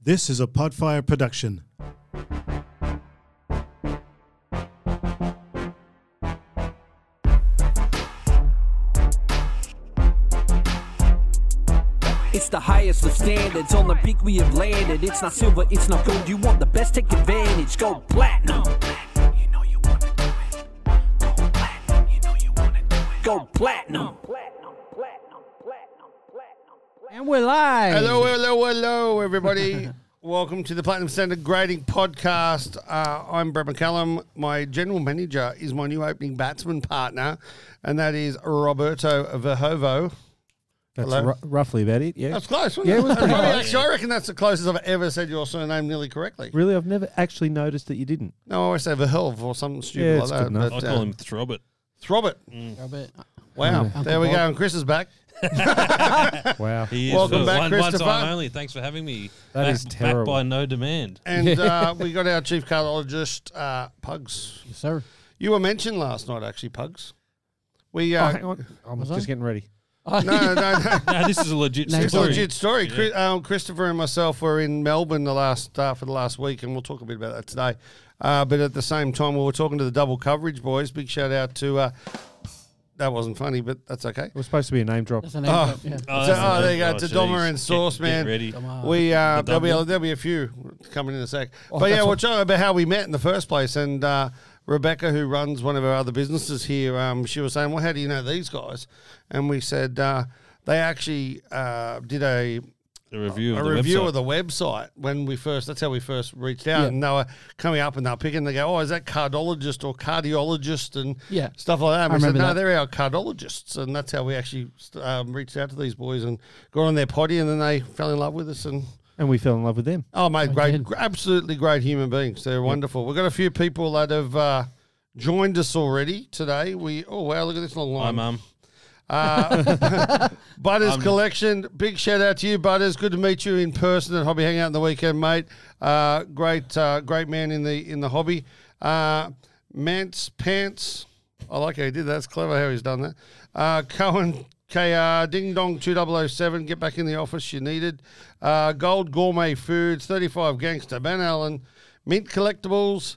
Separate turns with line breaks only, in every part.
This is a Podfire production.
It's the highest of standards. On the peak we have landed. It's not silver, it's not gold. You want the best, take advantage. Go platinum. Go platinum.
And we're live.
Hello, hello, hello, everybody. Welcome to the Platinum Standard Grading Podcast. Uh, I'm Brett McCallum. My general manager is my new opening batsman partner, and that is Roberto Verhovo.
That's
Hello.
ru- roughly about it. Yeah.
That's close, wasn't
Yeah, it was
That's
pretty
probably
close.
actually- I reckon that's the closest I've ever said your surname nearly correctly.
Really, I've never actually noticed that you didn't.
No, I always say Verhelv or something stupid
Yeah,
like
it's
that.
good enough.
but,
I
uh,
call him Throbit.
Throbit. Wow. there we go. And Chris is back.
Wow.
He is
Welcome
the
back,
one, one
Christopher.
time only. Thanks for having me.
That
back,
is terrible.
Back by no demand.
And uh, we got our chief cardiologist, uh, Pugs.
Yes, sir.
You were mentioned last night, actually, Pugs. We uh,
oh, hang on. I'm just getting ready.
no, no, no.
No, this is a legit
No,
story.
It's a legit story. Chris, um, Christopher and myself were in Melbourne the last uh, for the last week, and we'll talk a bit about that today. Uh, but at the same time, we were talking to the double coverage boys. Big shout out to uh, that wasn't funny, but that's okay.
It was supposed to be a name drop.
That's an
Oh.
oh. yeah.
So- oh, there you go. It's a
geez.
Doma and Sauce,
get,
man.
Get ready.
We uh,
The
there'll be a,
double.
there'll be a few coming in a sec.
Oh,
but yeah,
that's
we're
what-
talking about how we met in the first place, and uh, Rebecca, who runs one of our other businesses here, um, she was saying, "Well, how do you know these guys?" And we said uh, they actually uh, did a
The review
a
of the
review
website.
of the website when we first. That's how we first reached out,
Yeah.
and they were coming up and they're picking. They go, "Oh, is that cardiologist or cardiologist?" and
Yeah.
stuff like that. And
I
we said,
remember
"No,
that.
they're our cardiologists," and that's how we actually st- um, reached out to these boys and got on their potty, and then they fell in love with us. And
And we fell in love with them.
oh, mate, great,
did.
gr- absolutely great human beings. They're wonderful. We've got a few people that have. Uh, Joined us already today. We oh wow, look at this long line.
Hi, Mum.
Um,
Butters Collection, big shout out to you, Butters. Good to meet you in person at Hobby Hangout on the weekend, mate. Uh, great, uh, great man in the in the hobby. Uh, Mance Pants, I like how he did that. That's clever how he's done that. Uh, Cohen KR, Ding Dong 2007, get back in the office, you needed. Uh, Gold Gourmet Foods, 35 Gangster, Ben Allen, Mint Collectibles,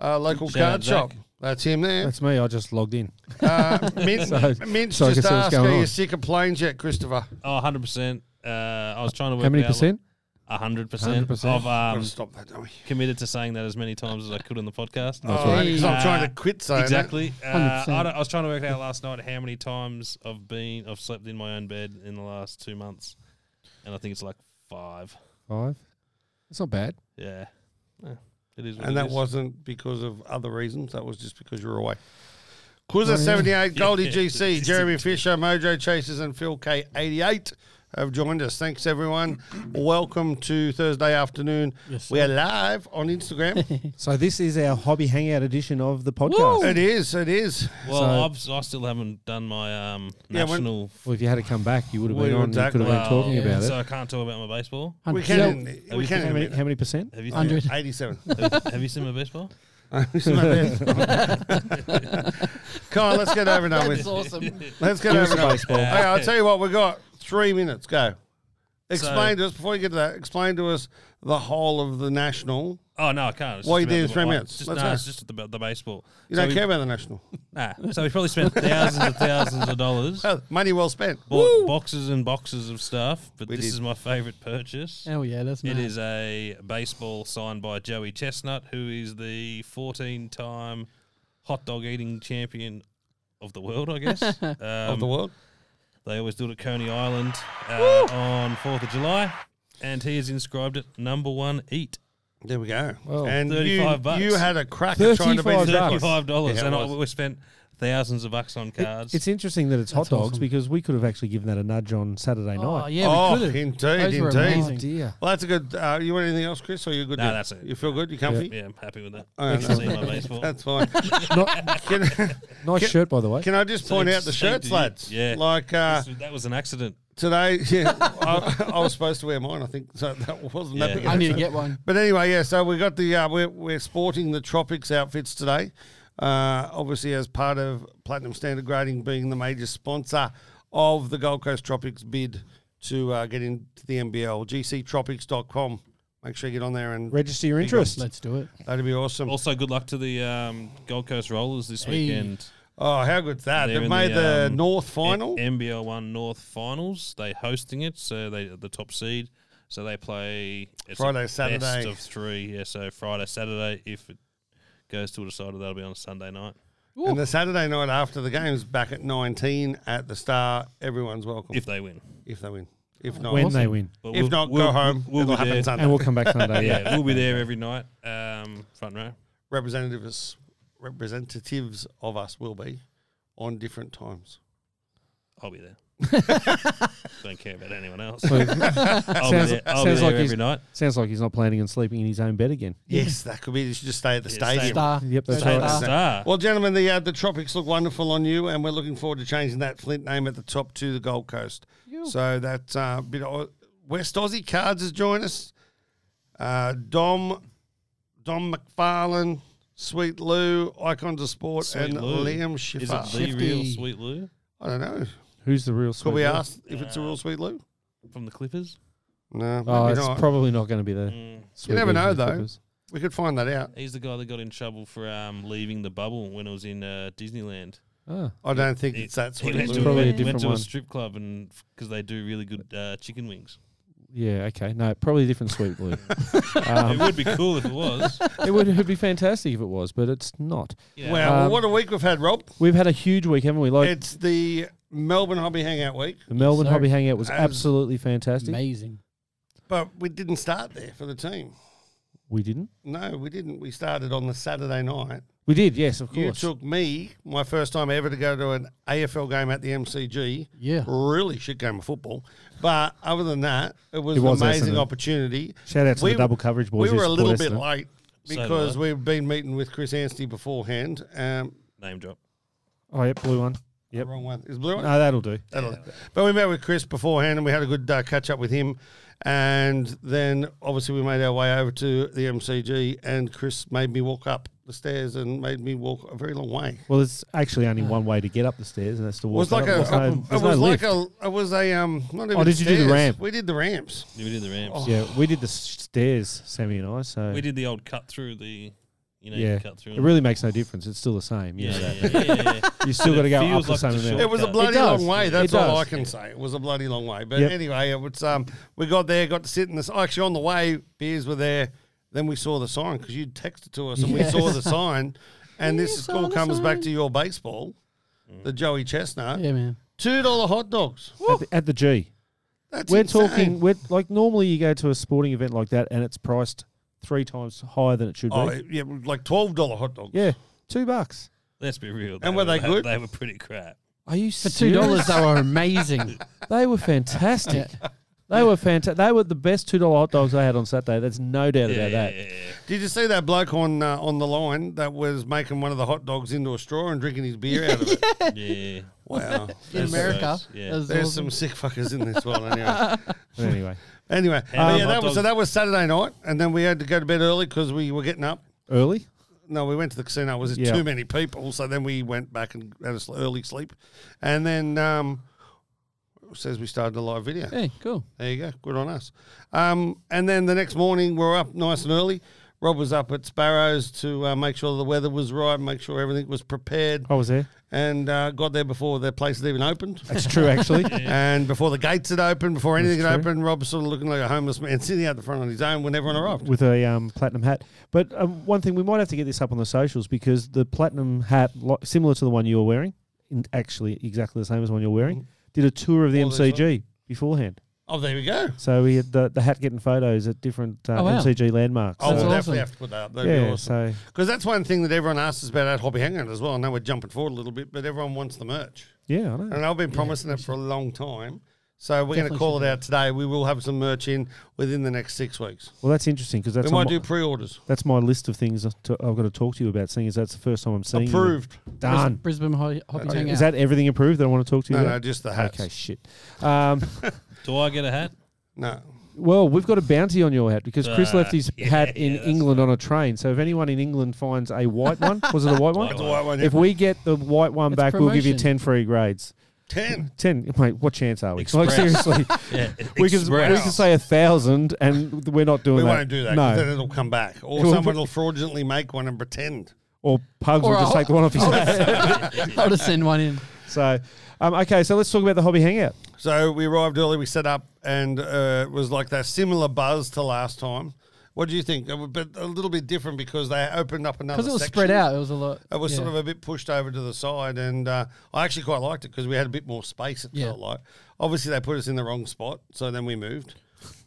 uh, local
Shout
card
out, Zach.
shop. That's him there.
That's me. I just logged in.
Uh, Mint, Mint's
so I can
just
see what's
asked,
going
are you
on."
sick of planes yet, Christopher?
Oh, 100%. Uh, I was trying to work
How many
it out.
percent?
100%.
100%.
I've
Gotta
um,
stop that, don't we?
committed to saying that as many times as I could on the podcast.
Because I'm
Uh,
trying to quit saying exactly.
Exactly. Uh,
100%.
I, don't- I was trying to work out last night how many times I've been I've slept in my own bed in the last two months, and I think it's like five.
Five.
That's not bad.
Yeah, Yeah, it is. What
And
it
that
is.
wasn't because of other reasons. That was just because you were away. Quizzer 78, Goldie GC, Jeremy Fisher, Mojo Chasers, and Phil K88 have joined us. Thanks, everyone. Welcome to Thursday afternoon. we are live on Instagram.
So this is our hobby hangout edition of the podcast.
it is, it is.
Well, I've, I still haven't done my um,
Yeah, when-
national.
Well, if you had to come back, you would have
We
been
were
on.
exactly-
You could have been talking
well,
about
so
it.
I can't talk about my baseball.
We
100%.
Have
can, we
you
How
can.
many, how many percent?
Have you seen,
Hundred.
87.
have, have you seen my baseball?
Come on, let's get over and done with.
awesome.
Let's get over to baseball. Hey, I'll tell you what, we've got three minutes. Go. Explain to us, before you get to that, explain to us the whole of the national.
Oh no, I can't. It's
Well,
just
you did
about the-
three
like,
minutes.
Just,
Let's
no,
go.
it's just about the baseball.
You
so
don't
we,
care about the national.
Nah. So we probably spent thousands and thousands of dollars.
Oh, money well spent.
Bought boxes and boxes of stuff, but
We
this
did.
is my favourite purchase.
Hell Oh, yeah, that's
It
mad.
is a baseball signed by Joey Chestnut, who is the 14 time hot dog eating champion of the world, I guess. Um,
of the world.
They always do it at Coney Island uh, on 4th of July. And he has inscribed it number one eat.
There we go.
Well,
and you,
35 bucks.
you had a crack at trying to be
35
the-
bucks.
$35.
Oh, Yeah, it
and I,
was.
we spent thousands of bucks on cards.
It's interesting that it's hot
That's
dogs
awesome.
because we could have actually given that a nudge on Saturday
Oh,
night.
yeah,
Oh,
we could have.
indeed,
Those were
indeed.
Oh
amazing.
dear.
Well, that's a good. Uh, you want anything else, Chris? Or you're good?
No,
now?
that's it.
You feel good? You comfy?
yeah, I'm happy with that.
Oh,
Thanks for
no.
seeing my baseball.
That's fine.
Not-
can,
nice
Can-
shirt, by the way.
can I just point out the
Thanks,
shirts,
thank you.
lads?
Yeah.
Like uh,
This- that was an accident.
today, yeah, I, I was supposed to wear mine. I think so. That wasn't that
Yeah.
big. of
I
a
need to
joke.
get one.
But anyway, yeah. So we got the uh, we're we're sporting the tropics outfits today, uh, obviously as part of Platinum Standard Grading being the major sponsor of the Gold Coast Tropics bid to uh, get into the NBL. GCTropics.com. Make sure you get on there and
Register your interest.
Let's do it.
that'd be awesome.
Also, good luck to the um, Gold Coast Rollers this
Hey.
weekend.
Oh, how good's that?
They're
They've
in
made the,
the, um,
North final.
M- NBL One North Finals. They hosting it, so they the top seed. So they play it's a
Friday,
best
Saturday.
of three. Yeah, so Friday, Saturday. If it goes to a decider, that'll be on a Sunday night.
and the Saturday night after the game's back at 19 at the Star. Everyone's welcome
If they win,
if they win. If not,
when they win.
But
if
we'll-
not,
we'll-
go home.
We'll,
It'll
be
happen
there.
Sunday.
And we'll come back Sunday. Yeah.
Yeah, we'll be there every night. Um, front row.
representatives representatives of us will be on different times.
I'll be there. Don't care about anyone else.
So-
I'll
sounds-
be there, I'll be
sounds
there
like he's-
every night.
sounds like he's not planning on sleeping in his own bed again.
Yes, that could be. You should just stay at the
Yeah,
stadium.
stay-
Star.
Yep, that's
Stay
right.
at the
Star.
Star.
Well, gentlemen, the uh, the tropics look wonderful on you, and we're looking forward to changing that Flint name at the top to the Gold Coast. So that uh, bit of West Aussie Cards has joined us. Uh, Dom, Dom McFarlane, Sweet Lou, Icons of Sport,
Sweet
and
Lou.
Liam
Is it the
Schiffer.
real
Shifty.
Sweet Uh, Lou
I don't know.
Who's the real?
Could
sweet
we
boy?
ask if it's a real Sweet Lou?
from the Clippers?
No, maybe
Oh, it's
not.
probably not going to be the.
Mm.
sweet
never
boy
know,
from the
though.
Clippers.
we could find that out.
He's the guy that got in trouble for um, leaving the bubble when it was in uh, Disneyland.
Ah,
I don't think
He-
it's that
He
Sweet
went
Lou.
to,
Probably a
went
different
to
one.
a strip club and because they do really good uh, chicken wings.
yeah. Okay. No, probably a different sweet blue. Um.
it would be cool if it was.
it would it'd be fantastic if it was, but it's not.
Yeah.
Wow, well,
Um,
what a week we've had, Rob.
We've had a huge week, haven't we? Like
It's the Melbourne Hobby Hangout Week,
the Melbourne
sir.
Hobby Hangout was
As-
absolutely fantastic.
Amazing.
but we didn't start there for the team.
we didn't.
No, we didn't. We started on the Saturday night.
We did. Yes, of
You
course.
took me, my first time ever to go to an AFL game at the MCG.
Yeah.
Really shit game of football. But other than that, it was,
It was
an amazing
Essendon.
opportunity.
Shout out to
We-
the double coverage boys.
we
who
were a
support
little bit
Essendon.
late
So did
because
I.
we've been meeting with Chris Anstey beforehand. Um,
Name drop.
Oh, yep, blue one. Yep.
Wrong one. Is Blue one?
No, that'll do.
That'll- But we met with Chris beforehand and we had a good uh, catch up with him. And then obviously we made our way over to the MCG and Chris made me walk up the stairs and made me walk a very long way.
Well, it's actually only one way to get up the stairs, and that's to
It
walk.
was like
up.
a,
There's no-
it
there's
was
no
like
lift.
a, it was a um. Not even
Oh, did you do the
stairs.
ramp?
We did the ramps.
We did the ramps.
Oh.
Yeah, we did the s- stairs, Sammy and I. So
We did the old cut through the, you know,
Yeah.
you cut through.
It really makes no difference. It's still the same. You
yeah,
know that.
yeah, yeah, yeah, yeah.
You still
But
got to
it
go up
feels
the
like
same
the
amount.
short-
It was a
It
bloody
does.
long way.
It
That's all I
does.
can say. It was a bloody long way. But
Yep.
anyway, it was um. We got there, got to sit in this. Actually, on the way, beers were there. Then we saw the sign because you texted to us, and we saw the sign. And this is all comes back to your baseball, the
Mm.
Joey Chestnut,
Yeah, man.
two dollar hot dogs.
at, the, at the G.
That's
We're
insane.
talking. We're like normally you go to a sporting event like that, and it's priced three times higher than it should
Oh
be.
yeah, like twelve dollar hot dogs.
Yeah, two bucks.
Let's be real.
And were they good?
They were pretty crap.
Are you
For two dollars, they were amazing.
They were fantastic. They were fantastic. They were the best two dollar hot dogs I had on Saturday. There's no doubt
Yeah,
about
yeah,
that.
yeah, yeah.
Did you see that bloke on uh, on the line that was making one of the hot dogs into a straw and drinking his beer out of it?
yeah.
Wow.
In
That's
America,
nice, yeah.
that was
There's some
awesome.
sick fuckers in this world, anyway.
But anyway,
Anyway,
How
but
many
yeah, that
hot
was so
dogs-
that was Saturday night, and then we had to go to bed early because we were getting up.
early.
No, we went to the casino. It was
Yeah.
too many people, so then we went back and had an early sleep, and then um, it says we started a live video.
Hey, cool.
There you go, good on us. Um, and then the next morning, we we're up nice and early. Rob was up at Sparrows to uh, make sure the weather was right, make sure everything was prepared,
I was there.
and uh, got there before their place had even opened.
That's true, actually.
And before the gates had opened, before anything had
true.
opened, Rob was sort of looking like a homeless man sitting out the front on his own when everyone arrived.
with a um, platinum hat. But um, one thing we might have to get this up on the socials because the platinum hat, lo- similar to the one you were wearing, in- actually exactly the same as the one you're wearing, did a tour of the
Mm-hmm. All those
MCG beforehand.
Oh, there we go.
So we had the, the hat getting photos at different uh,
Oh, wow.
MCG landmarks.
Oh,
That's
we'll
So-
definitely
awesome.
have to put that up. That'd be
yeah.
awesome.
So
Because that's one thing that everyone asks us about at Hobby Hangout as well. I know we're jumping forward a little bit, but everyone wants the merch.
yeah, I know.
And I've been promising it for a long time. So we're going to
Definitely
call
should
it out today. We will have some merch in within the next six weeks.
Well, that's interesting because that's
we
on
might
my,
do pre orders.
that's my list of things to, I've got to talk to you about. Seeing as that's the first time I'm seeing you.
Approved.
Done.
Bris- Brisbane Ho- Hobby Hangout.
Is that everything approved that I want to talk to you
No, no,
about?
just the hats.
Okay, shit. Um,
Do I get a hat?
No.
Well, we've got a bounty on your hat because Chris
Ah,
Uh,
left his
yeah,
hat in
yeah, that's
England on a train. So if anyone in England finds a white one, was it a white one?
White
The white one, yeah.
If we get the white one
It's
back, we'll give you 10
promotion.
free grades.
Ten.
Ten, mate. What chance are we? Like
Express.
seriously,
Yeah,
we can we
Express.
can say a thousand, and we're not doing
We
that.
won't do that. 'cause Then
No,
it'll come back, or
It'll-
someone will fraudulently make one and pretend.
or pugs
Or
will just
I'll-
take the one off his head.
I'll just send one in.
so, um, okay, so let's talk about the hobby hangout.
So we arrived early. We set up, and uh, it was like that similar buzz to last time. What do you think? It was a bit- a little bit different because they opened up another.
Because it was
section.
spread out. It was a lot.
It was
yeah.
sort of a bit pushed over to the side, and uh, I actually quite liked it because we had a bit more space. It
Yeah.
felt like. Obviously, they put us in the wrong spot, so then we moved,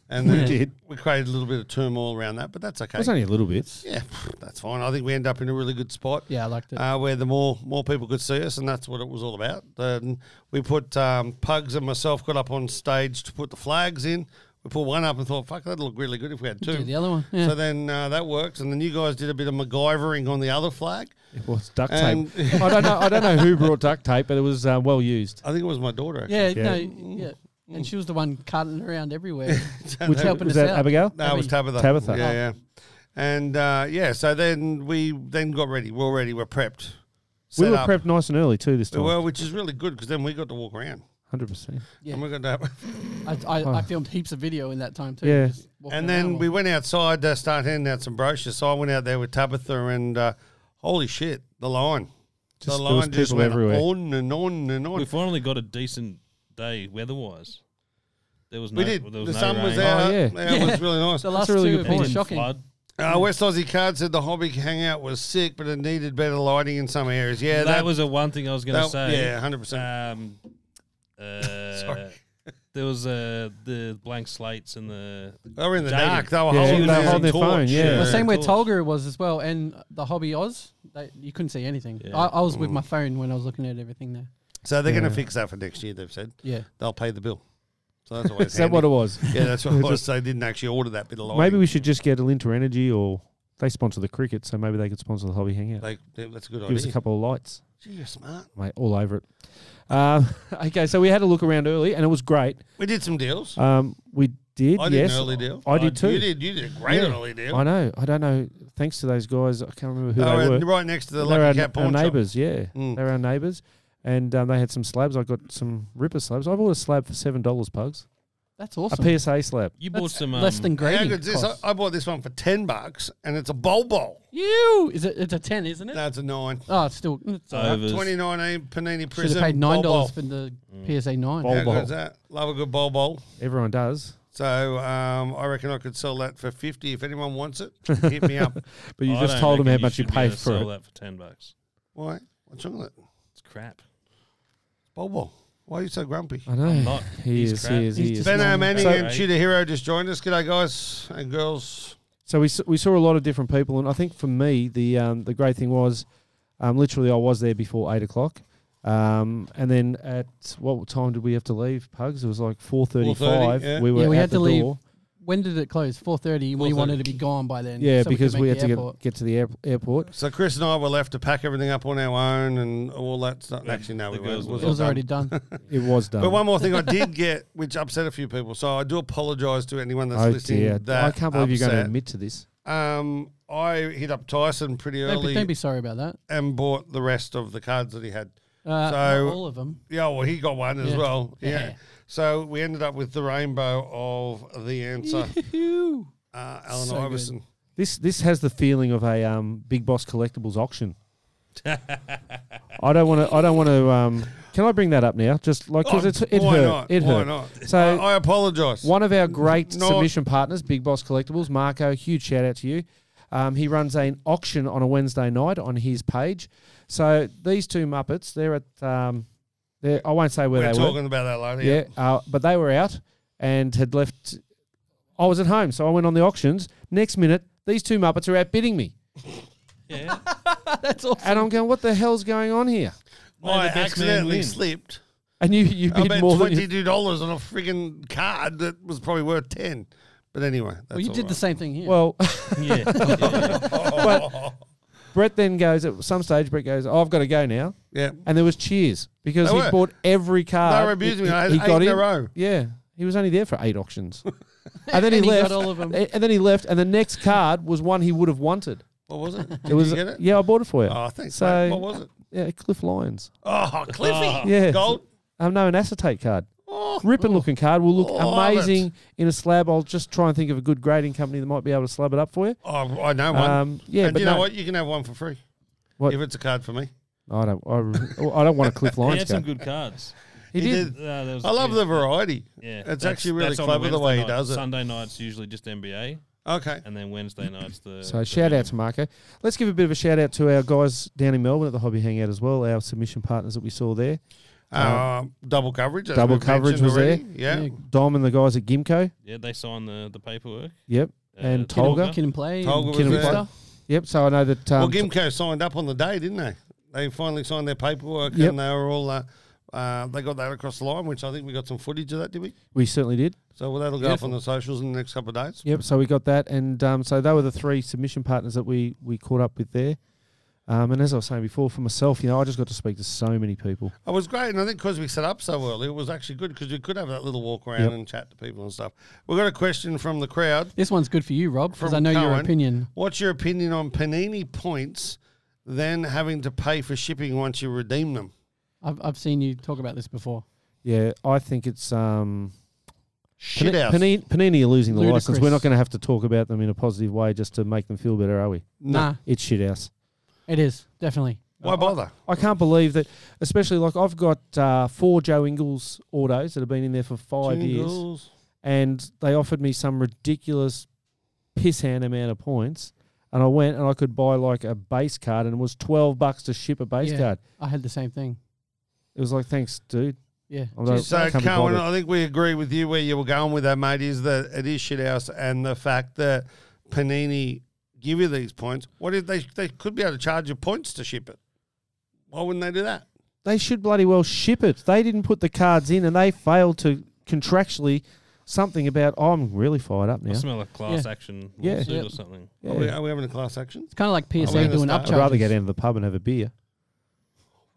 and then
did.
we created a little bit of turmoil around that, but that's okay.
That's only a little bit.
yeah, that's fine. I think we end up in a really good spot.
Yeah, I liked it.
Uh, where the more more people could see us, and that's what it was all about. And we put um, Pugs and myself got up on stage to put the flags in. We put one up and thought, "Fuck, that'd look really good if we had two.
Do the other one, yeah.
So then uh, that works, and then you guys did a bit of MacGyvering on the other flag.
It was duct
And-
tape. I don't know. I don't know who brought duct tape, but it was uh, well used.
I think it was my daughter. Actually.
yeah,
yeah.
no, yeah. And she was the one carting around everywhere.
Which
helping
was
us
that
out.
Abigail?
No, it was Tabitha.
Tabitha.
Yeah,
Oh.
yeah. And uh, yeah, so then we then got ready. We are ready. We're prepped.
we
Set
were
up.
prepped nice and early too this time.
Well, which is really good because then we got to walk around.
Hundred percent.
Yeah.
And we got to have
I, I, I filmed heaps of video in that time too.
Yeah.
just walking
And
around
then we
while-
went outside to start handing out some brochures. So I went out there with Tabitha, and uh, holy shit, the line. the
Just- there was
line just
people
went
everywhere.
on and on and on.
We finally got a decent day weather-wise. There was no,
we did.
There
The
was no
sun
rain.
was out.
Oh, yeah.
It was really nice.
the last
a really
two
good
have
It
been
point.
didn't
shocking.
flood.
Uh, West Aussie Card said the hobby hangout was sick, but it needed better lighting in some areas. Yeah,
that, was the one thing I was going to
that-
say.
yeah, 100%.
Um, uh,
Sorry.
There was uh, the blank slates and the
They were in the
Dated.
dark. They were
Yeah,
holding,
they were
their
holding their
torch.
phone, yeah.
The
Well,
same way
torch.
Tolga was as well, and the Hobby Oz, they, you couldn't see anything.
Yeah.
I, I was
Mm.
with my phone when I was looking at everything there.
So they're going to fix that for next year. They've said
Yeah,
they'll pay the bill. So that's always
Is that what it was?
Yeah, that's what it was. They didn't actually order that bit of lighting.
Maybe we should just get a Linter Energy or they sponsor the cricket, so maybe they could sponsor the hobby hangout.
They, yeah, that's a good
Give us a
idea.
couple of lights,
Gee, you're smart.
mate, all over it. Um, okay, so we had a look around early, and it was great.
We did some deals.
Um, we did,
I did
yes,
an early deal. Oh,
I did
You
too.
did. You did a great early deal.
I know. I don't know. Thanks to those guys, I can't remember who
They
they
were
were.
right next to the
they're
Lucky
our,
Cat
our
pawn shop.
neighbours. Yeah,
Mm.
they're our neighbours, and um, they had some slabs. I got some ripper slabs. I bought a slab for seven dollars, pugs.
that's awesome.
A PSA slab.
You
That's
bought some um,
less than
How
grading.
good's this?
costs.
I, I bought this one for ten bucks, and it's a bowl bowl.
You is it? It's a ten, isn't it?
No, it's a nine.
Oh, it's still. It's all right.
overs.
Twenty nineteen Panini
Should
Prism.
have paid nine
bowl bowl.
dollars for the
Mm.
PSA nine.
Bowl
How
bowl.
good's that? Love a good bowl bowl.
Everyone does,
So um, I reckon I could sell that for fifty if anyone wants it. Hit me up.
but you
I
just
don't
told them
reckon
how much you
should be
pay
able to
for it.
sell that for ten bucks.
Why? What's wrong with it?
It's crap.
Bowl bowl. Why are you so grumpy?
I know.
not.
He
He's
is.
crap.
He is.
He's
He is.
just-
Benno
normal.
Manning
So-
and Shooter Hero just joined us. G'day, guys and girls.
So we, s- we saw a lot of different people, and I think for me the um, the great thing was, um, literally I was there before eight o'clock, um, and then at what time did we have to leave? Pugs. It was like four thirty-five.
yeah.
We were
Yeah, we
at
had
the
to leave
door.
When did it close? Four thirty. We
4:30.
wanted to be gone by then.
Yeah,
so
because
could
we,
make
had
the
to
airport.
get, get to the air- airport.
So Chris and I were left to pack everything up on our own and all that stuff.
Yeah,
Actually, no,
the
we weren't.
girls
It
were
was
It
all
was
done.
already done.
It was done.
But one more thing I did get, which upset a few people. So I do apologise to anyone that's
oh
listening.
dear!
That
I can't believe you're going to
upset.
admit to this.
Um, I hit up Tyson pretty
don't,
early
be, don't be sorry about that.
and bought the rest of the cards that he had.
Uh,
So-
not all of them.
Yeah, well, he got one as
Yeah.
well. Yeah.
Yeah.
So we ended up with the rainbow of the answer,
Phew.
uh, Alan
So good.
Iverson.
This this has the feeling of a um, big boss collectibles auction. I don't want to. I don't want to. Um, can I bring that up now? Just like because
Oh,
it's it
why
hurt.
not?
It
why
hurt.
not?
So-
I, I apologise.
One of our great
No.
submission partners, Big Boss Collectibles, Marco, huge shout out to you. Um, he runs an auction on a Wednesday night on his page. So these two Muppets, they're at, um, they're, I won't say where
We're
they
talking
were.
about that later.
Yeah, uh, but they were out and had left. I was at home, so I went on the auctions. Next minute, these two Muppets are outbidding me.
Yeah,
That's awesome.
And I'm going, what the hell's going on here?
May
I
the best man
accidentally
win.
slipped.
And you, you
I
bid
bet
more than you.
twenty-two dollars on a frigging card that was probably worth ten. But anyway, that's
Well, you
all
did
right.
the same thing here.
Well,
yeah.
but Brett then goes, at some stage, Brett goes, oh, I've got to go now.
Yeah.
and there was cheers because
They
he
were.
bought every card.
They were abusing
He-
me. I had
he
eight in a row.
Yeah, he was only there for eight auctions, and then he
And he
left.
got all of 'em.
a- And then he left, and the next card was one he would have wanted.
What was it? Did
It was
you get it?
yeah, I bought it for you.
Oh, thanks.
So
mate. What was it?
Yeah, Cliff Lyons.
Oh, Cliffy.
Yeah,
Gold.
Um, no, an acetate card.
Oh,
Ripping looking card will look
Love it.
amazing in a slab. I'll just try and think of a good grading company that might be able to slab it up for you.
oh, I know one.
Um, yeah,
and
but
you know
no,
what? You can have one for free.
What?
If it's a card for me.
I don't. I, re- I don't want a Cliff
He
Lyons
had some
card.
good cards.
he,
he
did.
did.
Uh, there was
I
a
love
few.
the variety.
Yeah,
It's
that's-
actually really
that's on a
clever the
Wednesday
way he
night.
does it.
Sunday nights usually just NBA,
Okay.
and then Wednesday nights the.
So
the
shout
main-
out to Marco. Let's give a bit of a shout out to our guys down in Melbourne at the Hobby Hangout as well. Our submission partners that we saw there.
Uh, double coverage. as
Um, double
we've
coverage
mentioned
was
already. Yeah.
Dom and the guys at Gimco.
Yeah, they signed the the paperwork.
Yep. And
Uh,
Tolga.
Can and play. and
Tolga was
Kid and
there.
Foster.
Yep. So I know that. Um,
well, Gimco signed up on the day, didn't they? They finally signed their paperwork
Yep.
and they were all. Uh, uh, they got that across the line, which I think we got some footage of that, did we?
we certainly did.
So well, that'll go up on the socials in the next couple of days.
Yep. So we got that, and um, so they were the three submission partners that we we caught up with there. Um, and as I was saying before, for myself, you know, I just got to speak to so many people.
It was great, and I think because we set up so early, it was actually good because you could have that little walk around
Yep.
and chat to people and stuff. We've got a question from the crowd.
This one's good for you, Rob, because
From
I know your
Cohen.
opinion.
What's your opinion on Panini points, then having to pay for shipping once you redeem them?
I've, I've seen you talk about this before.
Yeah, I think it's um,
Shit
Pani-
out.
Panini, Panini are losing the license.
Ludicrous.
We're not going to have to talk about them in a positive way just to make them feel better, are we?
Nah,
It's shit house.
it is definitely.
Why bother?
I can't believe that, especially like I've got uh, four Joe Ingles autos that have been in there for five years.
Jingles.
and they offered me some ridiculous piss hand amount of points. And I went and I could buy like a base card, and it was twelve bucks to ship a base
Yeah.
card.
I had the same thing. It
It was like, thanks, dude.
Yeah.
I'm like,
So,
I can't be
Cohen,
bothered.
I think we agree with you where you were going with that, mate, is that it is shit house and the fact that Panini give you these points. What if they they could be able to charge you points to ship it? Why wouldn't they do that?
They should bloody well ship it. They didn't put the cards in, and they failed to contractually something about. Oh, I'm really fired up
I
now.
smell a class
Yeah.
action
Yeah.
lawsuit
Yeah.
or something.
Yeah.
Are, we, are we having a class action?
It's kind of like
we
PSA
gonna
doing
start?
upcharges.
I'd rather get out of the pub and have a beer.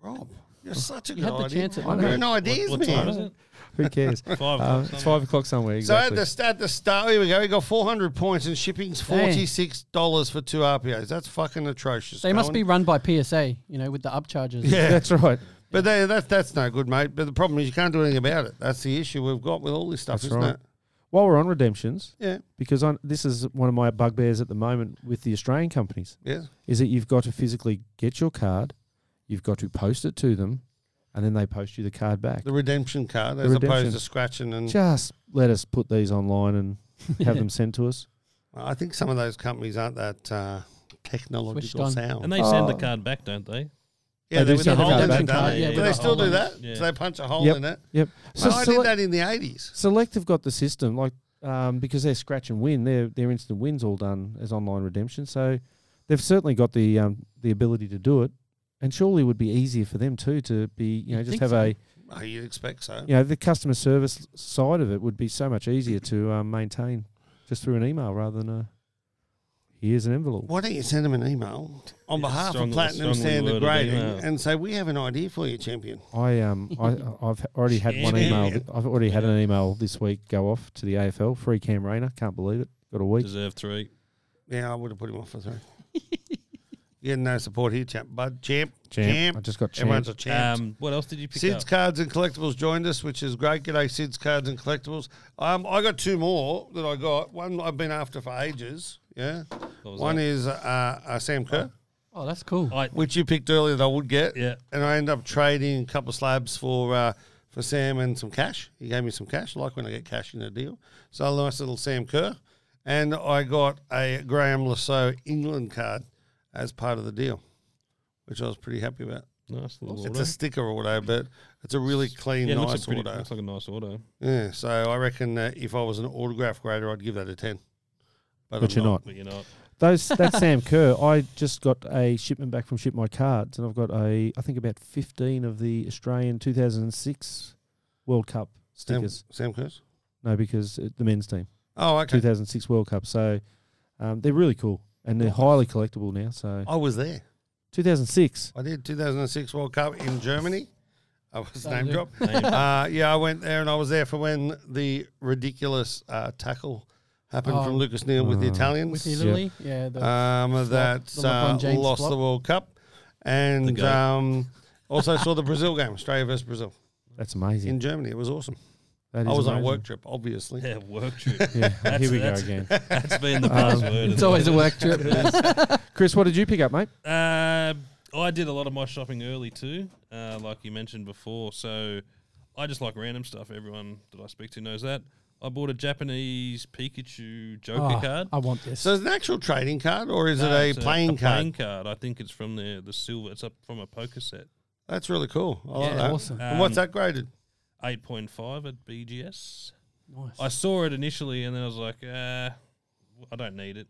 Rob, you're such a
You
good
had the
idea.
chance at
I
one
know.
point.
No ideas,
What
man.
time is it?
Who cares?
Five.
Uh,
o'clock
it's
somewhere.
five o'clock somewhere.
So at
Exactly.
the, st- at the start, here we go. We got 400 points and shipping's
Dang.
$46 for two RPOs. That's fucking atrocious.
They must
Cohen.
be run by PSA, you know, with the upcharges.
Yeah.
That's right.
But they, that's that's no good, mate. But the problem is you can't do anything about it. That's the issue we've got with all this stuff,
That's
isn't
right.
it?
While we're on redemptions,
Yeah,
because i this is one of my bugbears at the moment with the Australian companies.
yeah.
is that you've got to physically get your card, you've got to post it to them, and then they post you the card back.
The redemption card,
The
as opposed
redemption.
to scratching, and
Just let us put these online and have them sent to us.
I think some of those companies aren't that uh,
Switched
technological
on.
sound.
And they send the
Oh.
card back, don't they?
yeah,
They
they
do
with the
send the
hole in
card
it,
back.
don't they?
Yeah,
Do
with
they
the
still
hole
do
in
that?
it. Yeah.
So they punch a hole
Yep.
in it.
Yep. So
Mate, I
Select-
did that in the eighties.
Selective got the system like um, because they're scratch and win, their their instant wins all done as online redemption. So they've certainly got the um, the ability to do it, and surely it would be easier for them too to be you know just
think
have
so.
a
Oh, you'd expect so.
you know the customer service side of it would be so much easier to um, maintain just through an email rather than a here's an envelope.
Why don't you send them an email on
Yeah,
behalf
strongly-
of Platinum
strongly
Standard
worded
Grading
email.
and say we have an idea for you, champion?
I um I I've already had one email.
Champion.
I've already had an email this week go off to the AFL. Free Cam Rayner. Can't believe it. Got a week.
Deserve three.
Yeah, I would have put him off for three. you had no support here, champ. Bud, champ,
Champ.
champ.
I just got
Everyone's
champ.
a champ.
Um, what else did you pick
Sid's
up?
Cards and Collectibles joined us, which is great. G'day, Sid's Cards and Collectibles. Um, I got two more that I got. One I've been after for ages. Yeah.
What was
One
that?
is uh, uh, Sam Kerr,
Oh, that's cool.
I,
which you picked earlier that I would get.
Yeah.
And I ended up trading a couple of slabs for uh, for Sam and some cash. He gave me some cash, like when I get cash in a deal. So a nice little Sam Kerr. And I got a Graham Lasso England card as part of the deal, which I was pretty happy about.
nice little
It's
auto.
a sticker auto, but it's a really clean,
yeah, it looks,
nice
a pretty,
auto.
looks like a nice auto.
Yeah, so I reckon uh, if I was an autograph grader, I'd give that a ten.
But you're not.
But you're not.
Those that's Sam Kerr. I just got a shipment back from Ship My Cards, and I've got a I think about fifteen of the Australian 2006 World Cup
Sam,
stickers.
Sam Kerrs?
No, because it, the men's team
Oh, okay.
2006 World Cup. So um, they're really cool and they're highly collectible now. So
I was there.
2006.
I did 2006 World Cup in Germany. I was
Don't
name
do-
drop.
Name-
uh, yeah, I went there and I was there for when the ridiculous uh, tackle happened
Oh.
from Lucas Neal with the
Oh.
Italians.
With Italy, yeah. the-
um, that
the LeBron
uh,
James
lost
flop.
the World Cup,
The
and
goat.
um, also saw the Brazil game, Australia versus Brazil.
That's amazing.
in Germany. It was awesome.
That
I
is
was on a
amazing.
work trip, obviously.
Yeah, work trip.
Yeah,
That's-
here we go
that's-
again.
That's been the
Um,
buzzword.
It's always a work trip.
Chris, what did you pick up, mate?
Uh, I did a lot of my shopping early too, uh, like you mentioned before. So I just like random stuff. Everyone that I speak to knows that. I bought a Japanese Pikachu Joker
Oh,
card.
I want this.
So is it an actual trading card or is
No,
it
it's
a playing card?
Playing card. I think it's from the the silver. It's up from a poker set.
That's really cool. I like
Yeah,
that.
awesome.
and what's
Um,
that graded?
Eight point five at BGS.
Nice.
I saw it initially, and then I was like, uh, I don't need it.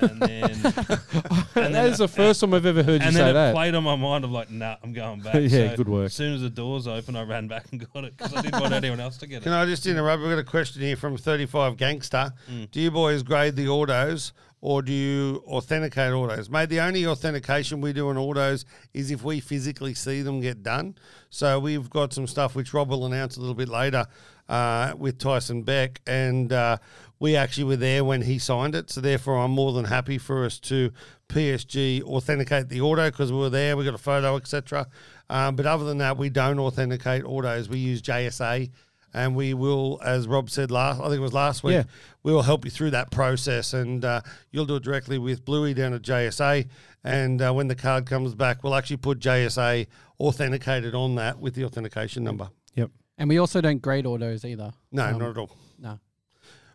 And then, and
that
then
is the first time I've ever heard you
and
say
then it
that.
played on my mind of like, nah, I'm going back.
Yeah,
So
good work.
As soon as the doors open, I ran back and got it because I didn't want anyone else to get
Can
it.
I just interrupt? We've got a question here from 35 Gangster.
Mm.
Do you boys grade the autos or do you authenticate autos? Mate, the only authentication we do on autos is if we physically see them get done. So we've got some stuff which Rob will announce a little bit later uh, with Tyson Beck. And uh, we actually were there when he signed it. So therefore, I'm more than happy for us to PSG authenticate the auto because we were there, we got a photo, etc. Um, but other than that, we don't authenticate autos. We use JSA and we will, as Rob said last, I think it was last week,
Yeah.
we will help you through that process, and uh, you'll do it directly with Bluey down at JSA. And uh, when the card comes back, we'll actually put JSA authenticated on that with the authentication number.
Yep.
and we also don't grade autos either.
No,
Um,
not at all.
No,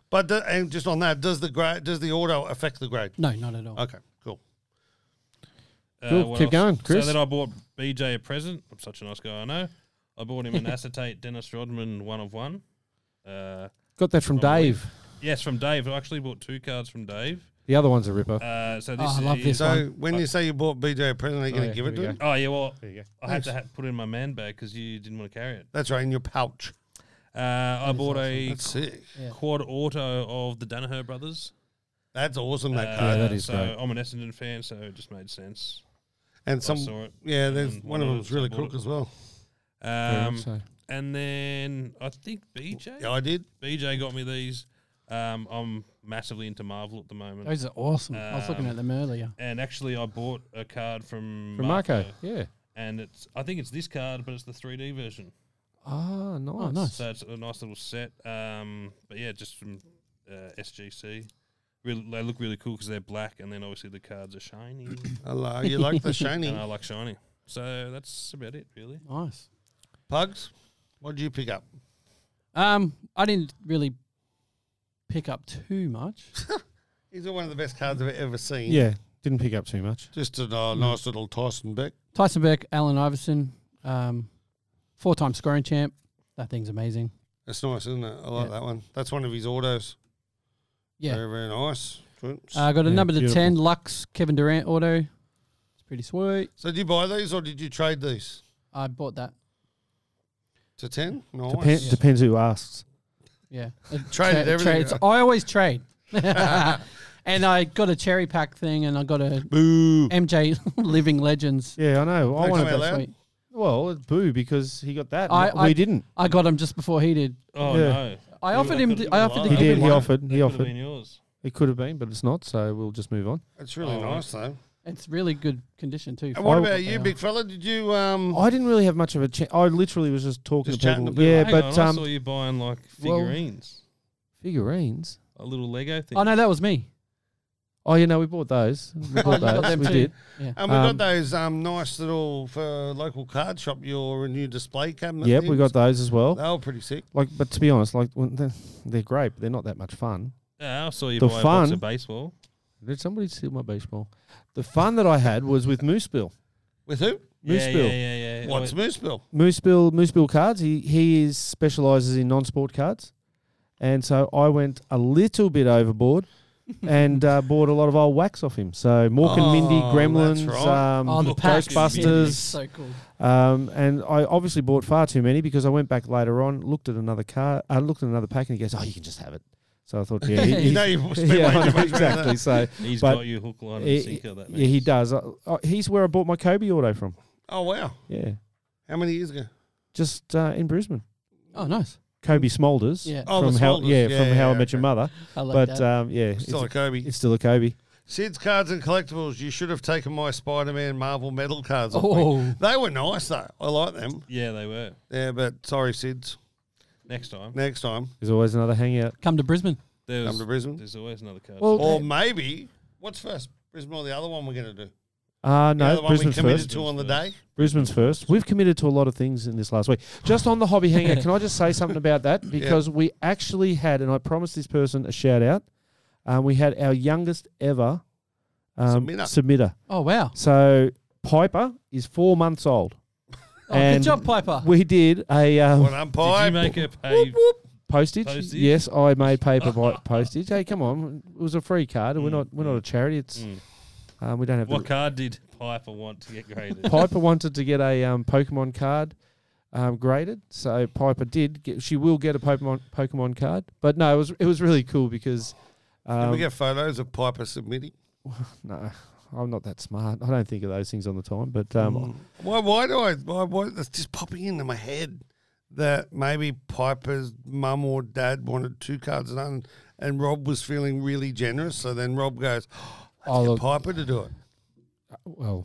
But the, and just on that, does the grade does the auto affect the grade?
no, not at all.
Okay, cool.
Cool.
Uh, what
Keep going, Chris.
So then I bought BJ a present. I'm such a nice guy, I know. I bought him an acetate Dennis Rodman one of one. Uh,
Got that from
Probably.
Dave.
yes, from Dave. I actually bought two cards from Dave.
The other one's a ripper.
Uh, so
Oh,
this
I love
is,
this
So
one.
when you say you bought BJ a present, are you
Oh,
going to
yeah,
give
here
it
we
to him?
go.
Oh yeah, well,
there you go.
I had to ha- put it in my man bag because you didn't want to carry it.
That's right, in your pouch.
Uh, I bought a
That's sick.
Yeah.
quad auto of the Danaher brothers.
That's awesome. That
Uh,
card.
that is
so
great.
I'm an Essendon fan, so it just made sense.
and some,
I saw it.
yeah, there's
and
one
one
of
of
them's
us, I
really
bought
cool
it.
as well.
Yeah,
Um,
so-
and then I think BJ,
Yeah, I did.
BJ got me these. Um, I'm massively into Marvel at the moment,
Those are awesome. I was looking
Um,
at them earlier.
and actually I bought a card from
From Marco. Yeah.
and it's I think it's this card, but it's the 3D version.
Ah, nice.
nice.
So it's a nice little set. Um, but yeah, just from uh, SGC. Really, they look really cool because they're black, and then obviously the cards are shiny,
Hello, you like the shiny
and I like shiny. So that's about it, really.
Nice.
pugs? What did you pick up?
Um, I didn't really pick up too much.
These are one of the best cards I've ever seen.
Yeah. Mm. Didn't pick up too much.
Just a uh, nice little Tyson Beck.
Tyson Beck, Allen Iverson, um, four-time scoring champ. That thing's amazing.
That's nice, isn't it? I like
Yeah.
that one. That's one of his autos.
Yeah.
Very, very nice. Oops.
I uh, got a
Yeah,
number to
beautiful.
ten, Lux Kevin Durant auto. It's pretty sweet.
so did you buy these or did you trade these?
I bought that.
To 10? Nice.
Depen- Depends who asks.
Yeah, It-
Traded everything.
trades. I always trade. and I got a cherry pack thing, and I got a
Boo.
MJ Living Legends.
Yeah, I know. I
Thanks,
wanted
mate.
that.
Allowed?
Sweet.
Well, boo, because he got that.
I-
and
I-
we didn't.
I got him just before he did.
Oh
Yeah.
no!
I
You
offered
could-
him.
you
To,
could
I
have
offered to
laughed.
He
give
did.
him
He
one.
offered.
That
He
could've
offered.
been yours.
It could have been, but it's not. So we'll just move on.
That's really
Oh,
nice, though.
It's really good condition too.
And what
for
about
they
you,
are.
big fella? Did you. um?
I didn't really have much of a chance. I literally was just talking
Just
to
chatting
people.
to people.
yeah,
Hang
but
on, I
um,
saw you buying like
well-
figurines,
figurines.
a little Lego thing.
Oh no, that was me.
Oh, yeah, no, we bought those. We
Oh,
bought
you got
those.
them
We
too.
did.
And we got
Um,
those um, nice little for local card shop, your new display cabinet.
Yep, we
things.
got those as well.
They were pretty sick.
Like, but to be honest, like when they're, they're great, but they're not that much fun.
Yeah, I saw you
The
buy a box
fun-
of baseball.
Did somebody steal my baseball? The fun that I had was with Moose Bill.
With who?
Moose
yeah,
Bill.
yeah, yeah, yeah, yeah.
What's Moose Bill?
Moose Bill, Moose Bill cards. He he is specialises in non-sport cards, and so I went a little bit overboard, and uh, bought a lot of old wax off him. So Mork and Mindy,
Oh,
Gremlins,
that's right.
um,
Oh, the packs.
Ghostbusters,
So cool.
um, and I obviously bought far too many because I went back later on, looked at another car, I looked at another pack, and he goes, "Oh, you can just have it." So I thought, yeah, he,
You
he-
know you've spent
yeah,
way too
I
much
know,
money on
exactly.
that.
So
He's
But
got you hook, line,
he-
and sinker. That
yeah, he
means.
does. I, I, he's where I bought my Kobe auto from.
Oh, wow.
Yeah,
How many years ago?
just uh, in Brisbane,
Oh, nice.
Kobe Smolders.
Yeah,
Oh,
from
the
how
Smolders.
yeah,
Yeah,
from How I
yeah,
Met Your
okay.
Mother.
I like
but uh,
that.
um, yeah, it's,
Still a Kobe.
it's still a Kobe.
Sid's Cards and Collectibles. You should have taken my Spider Man Marvel metal cards. off me.
Oh.
They were nice, though. I like them.
Yeah, they were.
Yeah, but sorry, Sid's.
Next time.
Next time,
There's always another hangout.
Come to Brisbane. Oh,
There
come to
was,
Brisbane.
there's always another card.
Well,
Or maybe, what's first? Brisbane or the other one we're going to do?
uh,
the
no,
other one we
Brisbane's
committed
first.
to on the day?
Brisbane's first. We've committed to a lot of things in this last week. Just on the hobby hangout, can I just say something about that? Because we actually had, and I promised this person a shout out. Um, we had our youngest ever um,
Submitter.
submitter.
Oh, wow.
So Piper is four months old.
Oh, good job, Piper.
We did a um,
What umpire?
Did you make her pay?
postage.
Postage?
Yes, I made paper by postage. Hey, come on, it was a free card. We're not we're not a charity. It's um, we don't have.
What
The,
card did Piper want to get graded?
Piper wanted to get a um, Pokemon card um, graded, so Piper did. Get, she will get a Pokemon Pokemon card, but no, it was it was really cool because
Did
um,
we get photos of Piper submitting?
no, I'm not that smart. I don't think of those things on the time, but um,
Why? Why do I? Why? Why? That's just popping into my head that maybe Piper's mum or dad wanted two cards done, and Rob was feeling really generous. So then Rob goes, "Let's
Oh,
get
look.
Piper to do it."
well,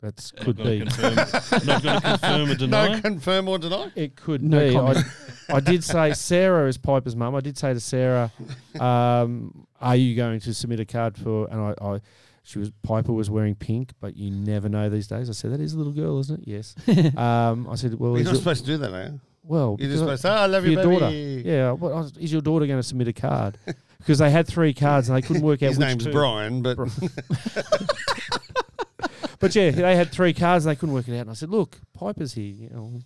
that's could
Not gonna
be.
confirm- Not going to confirm or deny.
No, confirm or deny.
It could
No
be. I,
comment.
I did say Sarah is Piper's mum. I did say to Sarah, um, "Are you going to submit a card for?" And I, I, she was Piper was wearing pink, but you never know these days. I said, "That is a little girl, isn't it?" Yes. um, I said, "Well,
You're
is
not
it,
supposed to do that, eh?
well,
You're
because
just
I-
supposed to. say, Oh, I love
for
you,
your daughter."
baby.
Yeah. What, I was- is your daughter going to submit a card? Because they had three cards and they couldn't work out
His
which
name's
two.
Brian, but
Bro- But yeah, they had three cards and they couldn't work it out. And I said, "Look, Piper's here." You know,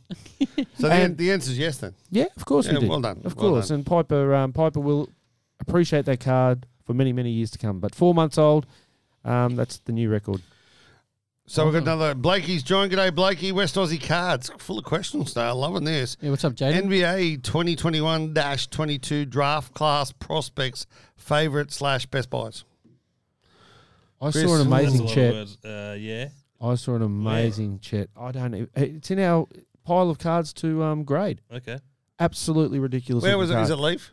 so the,
And-
the answer is yes. Then
Yeah, of course
Yeah,
we did.
well done,
Of
well
course,
done.
and Piper um, Piper will appreciate that card for many many years to come. But four months old, um, that's the new record.
so we've got another Blakey's joined. G'day, Blakey. West Aussie cards, full of questions. Now, loving this.
Yeah, what's up, Jaden?
NBA 2021-22 draft class prospects favorite slash best buys.
I
Chris,
saw
that's
an
That's a
amazing
lot of
chat.
words. Uh, yeah.
I saw an amazing chat. I don't. e- It's in our pile of cards to um, grade.
Okay.
Absolutely ridiculous.
Where
looking
was it? Is it
card.
Leaf?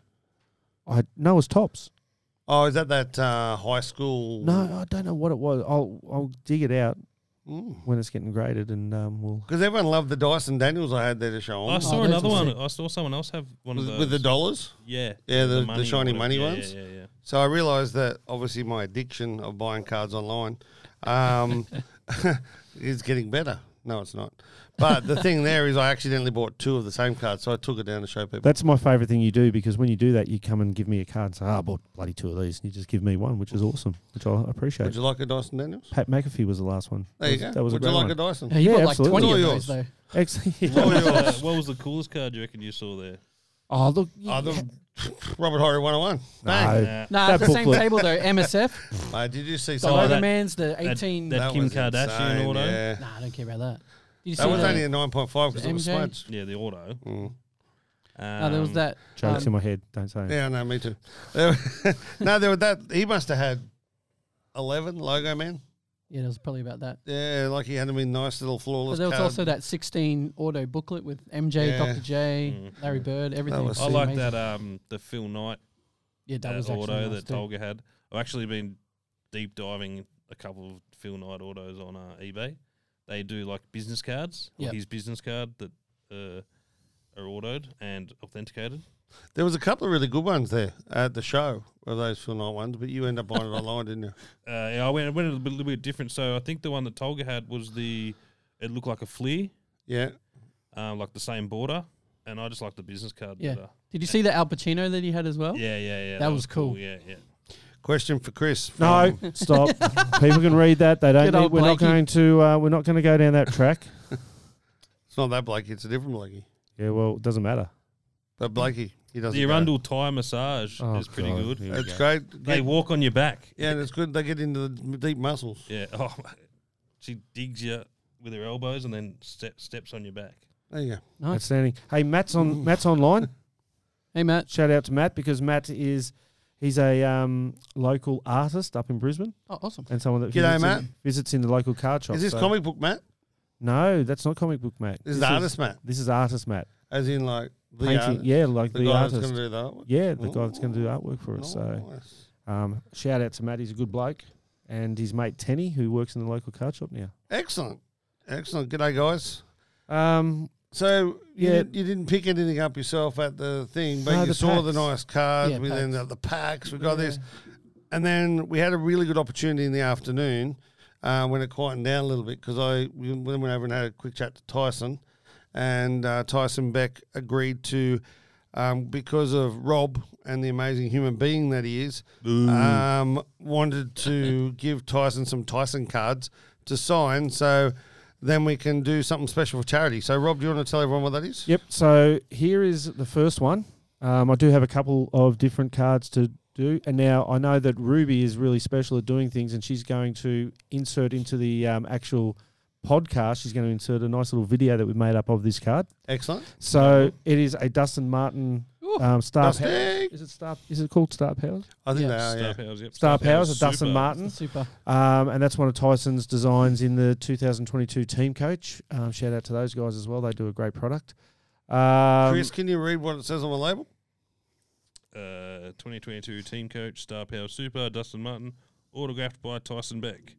I no, it was tops.
Oh, is that that uh, high school?
No, I don't know what it was. I'll I'll dig it out
because
when it's getting graded, and um, we'll.
everyone loved the Dyson Daniels I had there to show 'em.
Oh, I saw
those
another
were
one.
sick.
I saw someone else have one of
with,
those.
with the dollars.
yeah.
Yeah, the- the shiny
whatever.
money
Yeah,
ones.
Yeah, yeah,
So I realised that obviously my addiction of buying cards online um, is getting better. No, it's not. But the thing there is, I accidentally bought two of the same cards, so I took it down to show people.
That's my favourite thing you do because when you do that, you come and give me a card and say, "Ah, I bought bloody two of these," and you just give me one, which is awesome, which I appreciate.
Would you like a Dyson Daniels?
Pat McAfee was the last one.
There you
that
go.
was, That was
Would
a
you
great
like a
one.
Dyson?
Yeah, you
Yeah,
got like 20
absolutely.
of
All
those, though.
yours.
Ex-
yeah. What, was, uh, what was the coolest card you reckon you saw there?
oh look,
Oh, the Robert Horry 101. Bang.
Uh,
no.
Nah,
That
it's the same
booklet.
table, though. MSF.
Mate, did you see
The
some
Oh,
oh,
of
that-
Man's, the 18.
that- Kim
was
Kardashian
insane,
auto?
Yeah.
nah, I don't care about that. Did you
That
see
was
the-
only a 9.5 because it was
MJ?
smudged.
Yeah, the auto.
Mm.
Um,
No, Oh, there was that.
jokes in
um,
my head. Don't say. it.
Yeah, no, me too. There were- no, there were that. He must have had 11 logo man.
yeah, there was probably about that.
Yeah, like he had them in nice little
But
flawless
there was
card.
also that 16 auto booklet with MJ,
Yeah.
Dr. J, Larry Bird, everything.
was
I
sick.
like that. Um, the Phil Knight
Yeah, that,
that
was actually
auto
nice
that
too.
Tolga had. I've actually been deep diving a couple of Phil Knight autos on uh, eBay. They do like business cards, like
Yep.
his business card that uh, are autoed and authenticated.
There was a couple of really good ones there at the show of those Phil Knight ones, but you end up buying it online, didn't you?
Uh, yeah, I went, I went a little bit, little bit different. So I think the one that Tolga had was the it looked like a flea,
Yeah.
uh, like the same border, and I just like the business card
Yeah.
better.
Did you see the Al Pacino that he had as well?
Yeah, yeah, yeah.
That was cool.
Yeah, yeah.
Question for Chris.
No,
from-
stop. People can read that. They don't.
Oh. Good
Need,
old
we're not
Blakey.
going to. Uh, we're not going to go down that track.
It's not that Blakey, it's a different Blakey.
yeah. Well, it doesn't matter.
But Blakey, he doesn't.
The
go.
Arundel Thai massage
Oh,
is pretty
God.
good.
Here we
It's
go.
great.
They walk on your back.
yeah, and it's good. They get into the deep muscles.
Yeah. Oh, she digs you with her elbows and then ste- steps on your back.
There you go.
Outstanding. Hey, Matt's on. Matt's online.
Hey, Matt.
Shout out to Matt because Matt is he's a um, local artist up in Brisbane
Oh, awesome.
and someone that
G'day,
visits,
Matt.
In, visits in the local card shop.
Is this
so-
comic book, Matt?
No, that's not comic book Matt.
This is the artist, Matt.
This is artist Matt.
As in, like, the
Painting.
artist.
Yeah, like
The,
the,
guy that's
artist.
going to do that. Oh.
yeah, the guy that's going to do artwork for us. So
Nice.
Um, shout out to Matt. He's a good bloke. And his mate Tenny, who works in the local card shop now.
Excellent. Excellent. G'day, guys.
Um,
So you,
Yeah.
didn't, you didn't pick anything up yourself at the thing, but
No,
you
the
saw the
packs.
nice cards.
Yeah,
we then
packs.
got the packs. We got this, and then we had a really good opportunity in the afternoon uh, when it quietened down a little bit because I we went over and had a quick chat to Tyson, and uh, Tyson Beck agreed to. Um, because of Rob and the amazing human being that he is, um, wanted to give Tyson some Tyson cards to sign, so then we can do something special for charity. So, Rob, do you want to tell everyone what that is?
Yep. So here is the first one. Um, I do have a couple of different cards to do, and now I know that Ruby is really special at doing things, and she's going to insert into the um, actual podcast. She's going to insert a nice little video that we made up of this card.
Excellent.
So it is a Dustin Martin um, Star.
Dusty.
Power- is it Star? Is it called Star Powers?
I think
Yeah.
Oh,
they are. Yeah.
Star Powers, yep.
Star, Powers, a Dustin
super.
Martin.
Super.
Um, and that's one of Tyson's designs in the 2022 team coach. Um, shout out to those guys as well. They do a great product. Um,
Chris, can you read what it says on the label?
Uh, 2022 team coach, Star Power Super, Dustin Martin, autographed by Tyson Beck.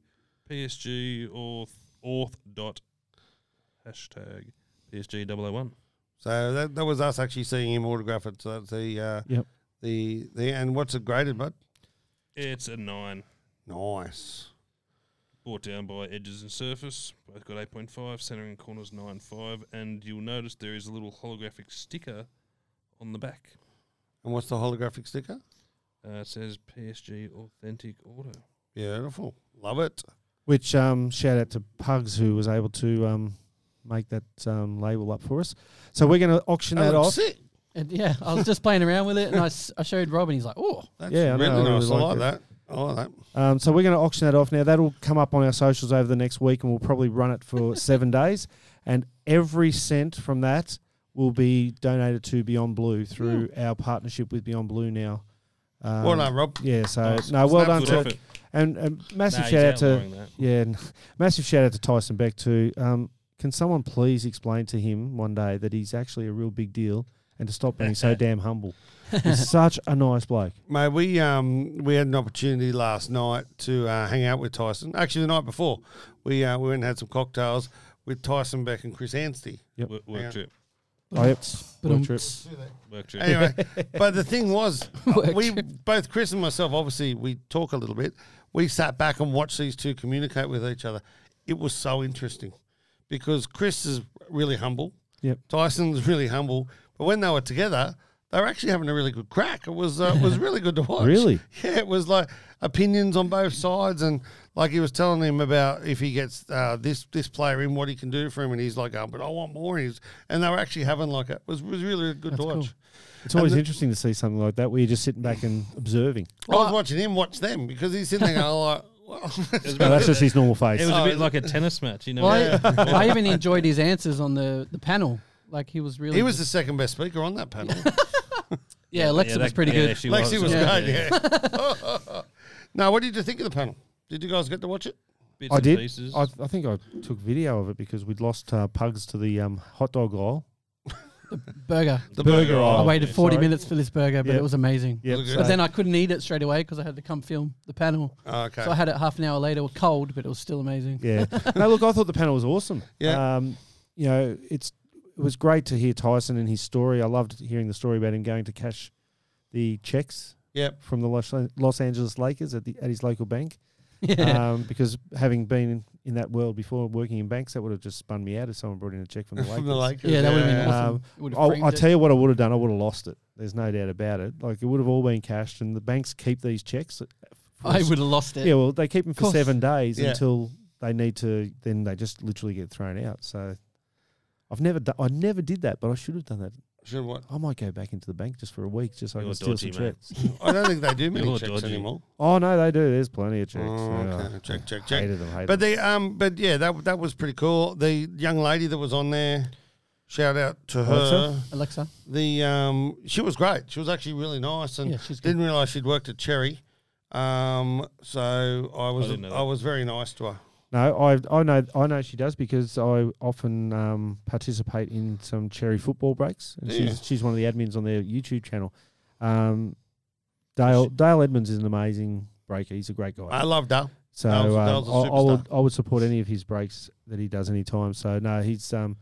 PSG auth, auth dot hashtag PSG 001.
So that, that was us actually seeing him autograph it. So that's the uh,
Yep.
the the and what's it graded, bud?
It's a nine.
Nice.
Brought down by edges and surface. Both got 8.5, centre and corners 9.5. And you'll notice there is a little holographic sticker on the back.
And what's the holographic sticker?
Uh, it says PSG Authentic Auto.
Beautiful. Love it.
Which um, shout out to Pugs who was able to um, make that um, label up for us. So we're going to auction
That
that
looks
off.
Oh, sick.
And yeah, I was just playing around with it, and I, s- I showed Rob, and he's like, "Oh,
That's
Yeah, I
really
know, I
nice. I
really
like
like
that. I like that.
Um, so we're going to auction that off now. That'll come up on our socials over the next week, and we'll probably run it for seven days. And every cent from that will be donated to Beyond Blue through our partnership with Beyond Blue now. Um,
Hmm. well done, Rob.
Yeah. So
Nice.
no, well
Snap
done
Good
to
effort.
and, and massive
Nah, he's
shout out to
outlawing that.
Yeah, n- massive shout out to Tyson Beck too. Um, can someone please explain to him one day that he's actually a real big deal and to stop being so damn humble? He's such a nice bloke.
Mate, we um we had an opportunity last night to uh, hang out with Tyson. Actually, the night before, we uh, we went and had some cocktails with Tyson Beck and Chris Anstey.
Work, work
Yeah.
trip.
Oh, yep. Work trip.
Work trip.
Anyway, but the thing was,
Work
we both Chris and myself obviously we talk a little bit. We sat back and watched these two communicate with each other. It was so interesting because Chris is really humble.
Yep.
Tyson's really humble, but when they were together, they were actually having a really good crack. It was uh, it was really good to watch.
Really?
Yeah, it was like opinions on both sides, and like he was telling him about if he gets uh, this this player in, what he can do for him, and he's like, oh, but I want more. And, he's, and they were actually having like a, it was was really good to watch.
It's always interesting to see something like that where you're just sitting back and observing.
I was watching him watch them because he's sitting there going like, well,
No, that's just his normal face.
It was
Oh,
a bit like a tennis match, you know.
Well, I, I even enjoyed his answers on the, the panel. Like he was really.
he was the second best speaker on that panel.
Yeah, Alexa was
that-
pretty
yeah,
good.
she
Lexi was
yeah.
great. Yeah. now, what did you think of the panel? Did you guys get to watch it?
Bits
I
and
did.
Pieces.
I, I think I took video of it because we'd lost uh, pugs to the um, hot dog aisle.
burger.
the
burger
I
aisle. Oh,
waited 40
sorry.
minutes for this burger, but
Yeah.
it was amazing.
Yep,
Look at
so-
But then I couldn't eat it straight away because I had to come film the panel.
Oh, okay.
So I had it half an hour later, cold, but it was still amazing.
Yeah. no, look, I thought the panel was awesome.
Yeah.
Um, you know, it's it was great to hear Tyson and his story. I loved hearing the story about him going to cash the checks
Yep.
from the Los, Los Angeles Lakers at the at his local bank.
Yeah.
Um, because having been in, in that world before, working in banks, that would have just spun me out if someone brought in a check from the Lakers.
From the Lakers.
yeah, that would have
yeah.
been awesome.
Um,
It would've
I,
framed
I
it.
tell you what, I would have done. I would have lost it. There's no doubt about it. Like it would have all been cashed, and the banks keep these checks. for
I
us.
would have lost it.
Yeah, well, they keep them for
course.
seven days
Yeah.
until they need to. Then they just literally get thrown out. So I've never done. I never did that, but I should have done that.
Sure, what?
I might go back into the bank just for a week, just so I
You're
can steal some
dodgy, mate.
checks.
I don't think they do many
You're
checks
dodgy.
anymore.
Oh no, they do. There's plenty of checks.
Oh,
Yeah,
okay.
I
Check, check, check.
Hated them. Hated
But
them.
the um, but yeah, that that was pretty cool. The young lady that was on there, shout out to her.
Alexa?
Alexa.
The um, she was great. She was actually really nice, and
Yeah, she's good.
didn't realize she'd worked at Cherry. Um, so I was
didn't know
I,
that.
was very nice to her.
No, I I know I know she does because I often um, participate in some cherry football breaks, and
Yeah.
she's she's one of the admins on their YouTube channel. Um, Dale Dale Edmonds is an amazing breaker. He's a great guy.
I love Dale.
So
Dale's-
um,
Dale's a
I, I would
superstar.
I would support any of his breaks that he does any time. So no, he's um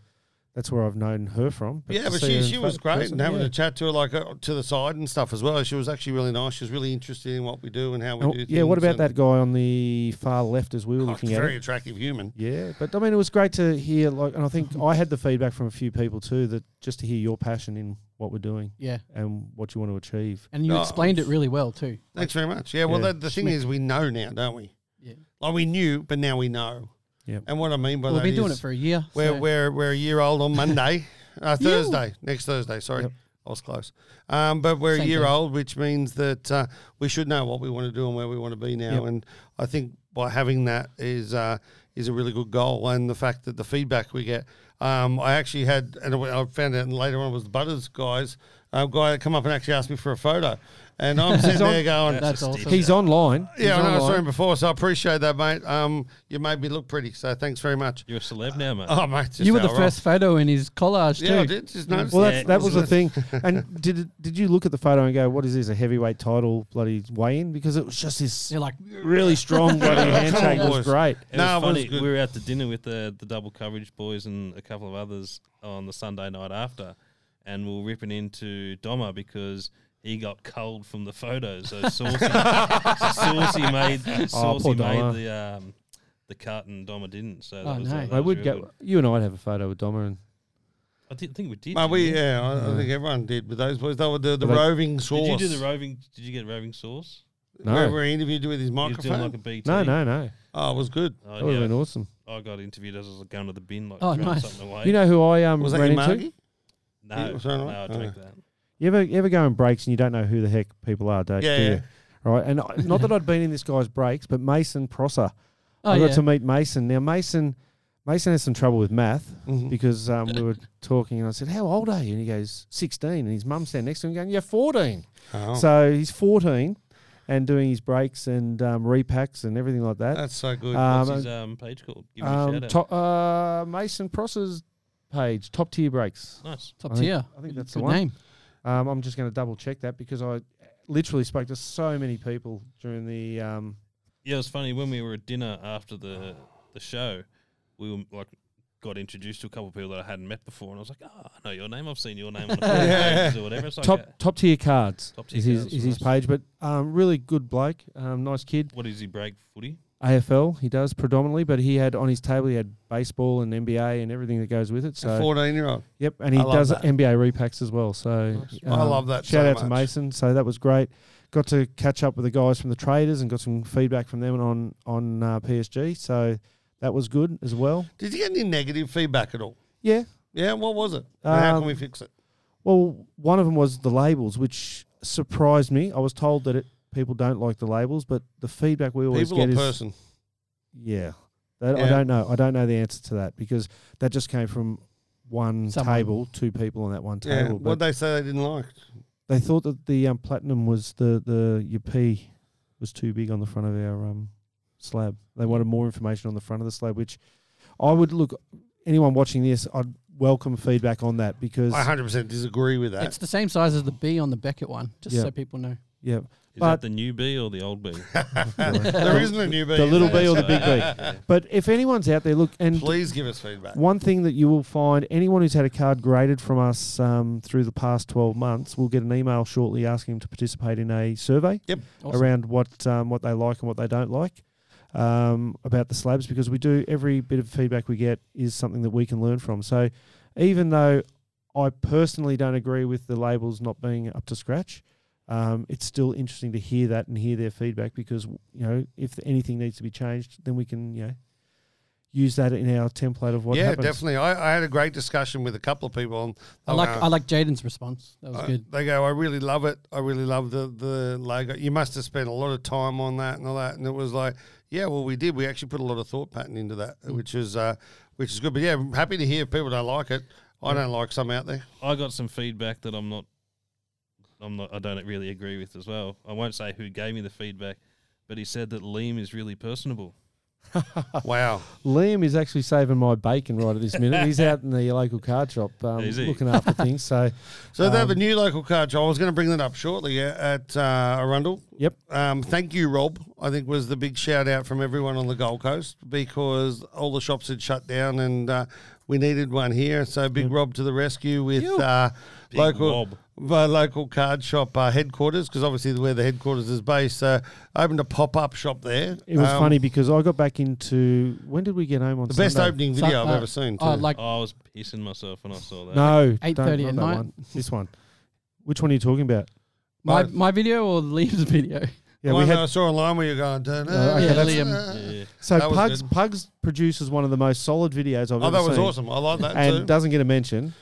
that's where I've known her from.
Yeah,
to
but
see her
she,
in
she
fa-
was great
person,
and having
yeah.
a chat to her like uh, to the side and stuff as well. She was actually really nice. She was really interested in what we do and how we
Oh,
do.
yeah, what
things
about that
and-
guy on the far left as we were
Oh,
looking at?
very
it?
attractive human.
Yeah, but I mean, it was great to hear. Like, and I think I had the feedback from a few people too that just to hear your passion in what we're doing
Yeah.
and what you want to achieve.
And you
No,
explained it really well too.
Thanks very much. Yeah, well,
Yeah.
that, the thing is, we know now, don't we?
Yeah.
Like we knew, but now we know.
Yep.
And what I mean by
Well, we've
that
been doing
is
it for a year.
we're,
so-
we're, we're a year old on Monday, uh, Thursday, next Thursday. Sorry,
Yep.
I was close. Um, but we're
Same
a year
thing.
old, which means that uh, we should know what we want to do and where we want to be now.
Yep.
And I think by having that is uh, is a really good goal. And the fact that the feedback we get, um, I actually had, and I found out later on it was the Butters guys, a guy that come up and actually asked me for a photo. And I'm sitting there going,
That's awesome.
He's online.
yeah, I
He's
know I saw
online.
him before, so I appreciate that, mate. Um, you made me look pretty, so thanks very much.
You're a celeb now, mate.
Oh, mate, just
you were the
how I roll.
first photo in his collage too.
Yeah, I did. Just noticed
Well,
Yeah,
that's, that was the
wasn't
thing. And did it- did you look at the photo and go, "What is this? A heavyweight title bloody weigh-in?" Because it was just this
They're like,
really strong bloody handshake. It was
Boys.
great.
It
No,
was
it was
funny.
good.
we were out to dinner with the the double coverage boys and a couple of others on the Sunday night after, and we were ripping into Doma because he got cold from the photos. So saucy, saucy made saucy
Oh, poor Doma.
made the um, the cut, and Doma didn't. So that
Oh,
was,
no.
uh, that
I
was
would
real
get
good.
you and I'd have a photo with Doma, and
I didn't think we did.
Well,
did
we
we?
yeah, I, I think everyone did with those boys. They were the, the
Well, they-
roving
Did
source.
you do the roving? Did you get roving sauce?
No.
Where we interviewed with his
You was doing
microphone.
like a BT.
no, no, no,
oh, it was good.
Oh,
that would
yeah.
have been awesome.
I got interviewed as I was going to the bin, like
Oh,
throwing
nice.
something away.
You know who I um
Was that
ran
your
into?
Margie?
no,
Yeah, was that
no, I
right?
drank
Oh.
that.
You ever you ever go in breaks and you don't know who the heck people are, don't
Yeah,
do you?
yeah.
Right, and I- not that I'd been in this guy's breaks, but Mason Prosser,
oh
I got
yeah.
to meet Mason. Now Mason, Mason has some trouble with math
Mm-hmm.
because um, we were talking, and I said, "How old are you?" And he goes, 16. and his mum standing next to him going, "You're 14."
Oh,
So he's 14 and doing his breaks and um, repacks and everything like that.
that's so good.
What's
Um,
his um, page called? Give me a
Um,
shout out.
to- uh, Mason Prosser's page, top tier breaks.
nice.
Top
I think-
tier.
I think that's the
Good
one.
name.
Um, I'm just going to double check that because I literally spoke to so many people during the. Um,
Yeah, it was funny when we were at dinner after the the show. We were like got introduced to a couple of people that I hadn't met before, and I was like, "Oh, I know your name. I've seen your name on the page or whatever." It's like,
top
uh,
top tier cards
Top tier
is his,
cards,
is his
nice.
page, but um, really good bloke, um, nice kid.
what is he break footy?
AFL he does predominantly, but he had on his table he had baseball and NBA and everything that goes with it. So
Fourteen year old.
yep, and he
I love
does
that.
NBA repacks as well. So uh,
I love that
Shout
so
out to
much.
Mason. So that was great. Got to catch up with the guys from the traders and got some feedback from them on on uh, PSG. So that was good as well.
Did you get any negative feedback at all?
Yeah,
Yeah, what was it? And how
Um,
can we fix it?
Well, one of them was the labels, which surprised me. I was told that it, people don't like the labels, but the feedback we always
People
get
or
is
person?
yeah. That, I
Yeah.
don't know. I don't know the answer to that because that just came from one
Someone.
table, two people on that one
Yeah.
table.
What
But
they say they didn't like.
they, thought that the um, platinum was the the your P was too big on the front of our um, slab. They wanted more information on the front of the slab, which I would look. Anyone watching this, I'd welcome feedback on that because
I hundred percent disagree with that.
It's the same size as the B on the Beckett one, just
Yeah.
so people know.
yeah,
Is
But-
that the new B or the old B?
there isn't a new B.
the
is
little
there?
B or the big B. But if anyone's out there, look, and
Please give us feedback.
one thing that you will find anyone who's had a card graded from us um, through the past 12 months will get an email shortly asking them to participate in a survey
Yep.
Awesome.
around what, um, what they like and what they don't like um, about the slabs because we do, every bit of feedback we get is something that we can learn from. So even though I personally don't agree with the labels not being up to scratch, um, it's still interesting to hear that and hear their feedback because you know if anything needs to be changed, then we can you know use that in our template of what
yeah,
happens.
definitely. I, I had a great discussion with a couple of people. And
I
they
like
were-
I like Jaden's response. That was
I-
good.
They go, I really love it. I really love the the logo. You must have spent a lot of time on that and all that. And it was like, yeah, well, we did. We actually put a lot of thought pattern into that,
Mm.
which is uh, which is good. But yeah, I'm happy to hear if people don't like it. I don't like some out there.
I got some feedback that I'm not, I'm not, I don't really agree with as well. I won't say who gave me the feedback, but he said that Liam is really personable.
Wow.
Liam is actually saving my bacon right at this minute. He's out in the local card shop um,
Is he?
looking after things. So,
So they
Um,
have a new local card shop. I was going to bring that up shortly uh, at uh, Arundel.
yep.
Um, thank you, Rob. I think was the big shout out from everyone on the Gold Coast because all the shops had shut down and uh, we needed one here. So big Rob to the rescue with uh, local
Rob.
by local card shop uh, headquarters because obviously where the headquarters is based. So opened a pop up shop there.
It was
Um,
funny because I got back into when did we get home on
The best
Sunday?
opening video
So-
I've
uh,
ever seen. Too.
Oh, like
I was pissing myself when I saw that.
No,
Eight
don't-
thirty
not
at
that
night?
One. This one. Which one are you talking about?
my,
both.
my video or Liam's video?
The
Yeah, we
one that
had Oh,
I saw online where you're going. "Dun, dun,
okay,
yeah,
dun,
Liam.
dun."
Yeah.
so
that was
Pugs.
good.
Pugs produces one of the most solid videos I've
Oh,
ever
that was
seen,
awesome. I like that
and
too.
doesn't get a mention.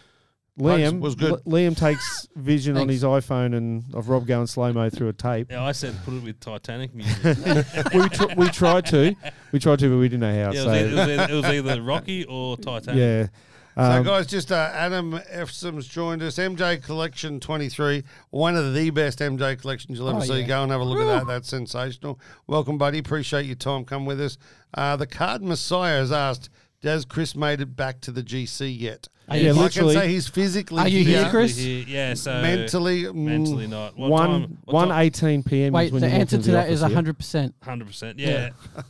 Pugs
Liam
was good.
Li- Liam takes vision on
Thanks.
his iPhone and of Rob going slow mo through a tape.
Yeah, I said put it with Titanic music. yeah, it
we tr- we tried to, we tried to, but we didn't know how.
was,
so
either, it, was either, it was either Rocky or Titanic.
yeah,
So,
um,
guys, just uh, Adam Efsom's joined us. MJ Collection 23, one of the best MJ collections you'll ever
Oh,
see.
yeah.
Go and have a look at that. That's sensational. Welcome, buddy. Appreciate your time. Come with us. Uh, the Card Messiah has asked, does Chris made it back to the GC yet?
Are you-
Yeah,
I
literally-
can say he's physically
Are you
here,
here, Chris?
Yeah, yeah, so
mentally. mm,
mentally not. What
one
time- what
one
time-
eighteen p.m.
Wait,
is when
the
you walk
answer
into
to
the
that is
office, yeah.
hundred percent.
Hundred percent. Yeah.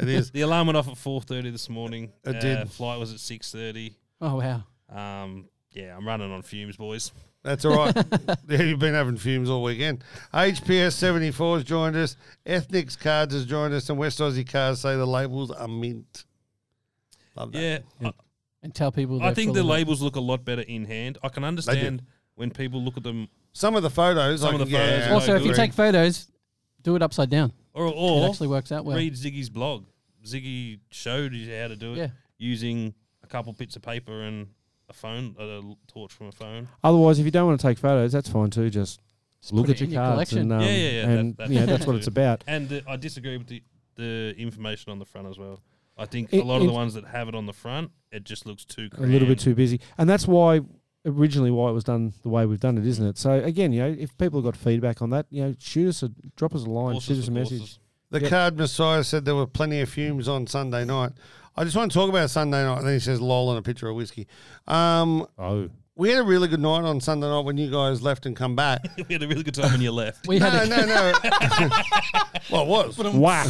It is.
the alarm went off at four thirty this morning.
It
Uh,
did.
Flight was at six thirty.
Oh wow.
Um, yeah, I'm running on fumes, boys.
That's all right. yeah, you've been having fumes all weekend. HPS 74 has joined us. Ethnics Cards has joined us. And West Aussie Cards say the labels are mint. Love that.
Yeah,
And tell people.
I, I
they're
think
full
the
of it.
labels look a lot better in hand. I can understand when people look at them,
Some of the photos.
Some of
I
the
can-
photos are
Also,
no
if you
good.
take photos, do it upside down.
or
It
or
actually works out well.
read Ziggy's blog. Ziggy showed you how to do it
Yeah.
using a couple bits of paper and a phone, a l- torch from a phone.
Otherwise, if you don't want to take photos, that's fine too. Just
Just
look at
put it
your
in
cards and um,
Yeah, yeah, yeah, that-
and
that-
yeah, that's what it's about.
And the, I disagree with the, the information on the front as well. I think
It-
a lot of the
it-
ones that have it on the front, it just looks too
a little bit
crammed.
too busy, and that's why originally why it was done the way we've done it, isn't it? So again, you know, if people have got feedback on that, you know, shoot us a drop us a line,
Horses
shoot us
for
a
courses.
message.
The
Yeah.
Card Messiah said there were plenty of fumes on Sunday night. I just want to talk about Sunday night. Then he says, lol, and a picture of whiskey. Um,
Oh,
we had a really good night on Sunday night when you guys left and come back.
we had a really good time when you left.
We had
no, no,
a,
no. well, it was.
wow!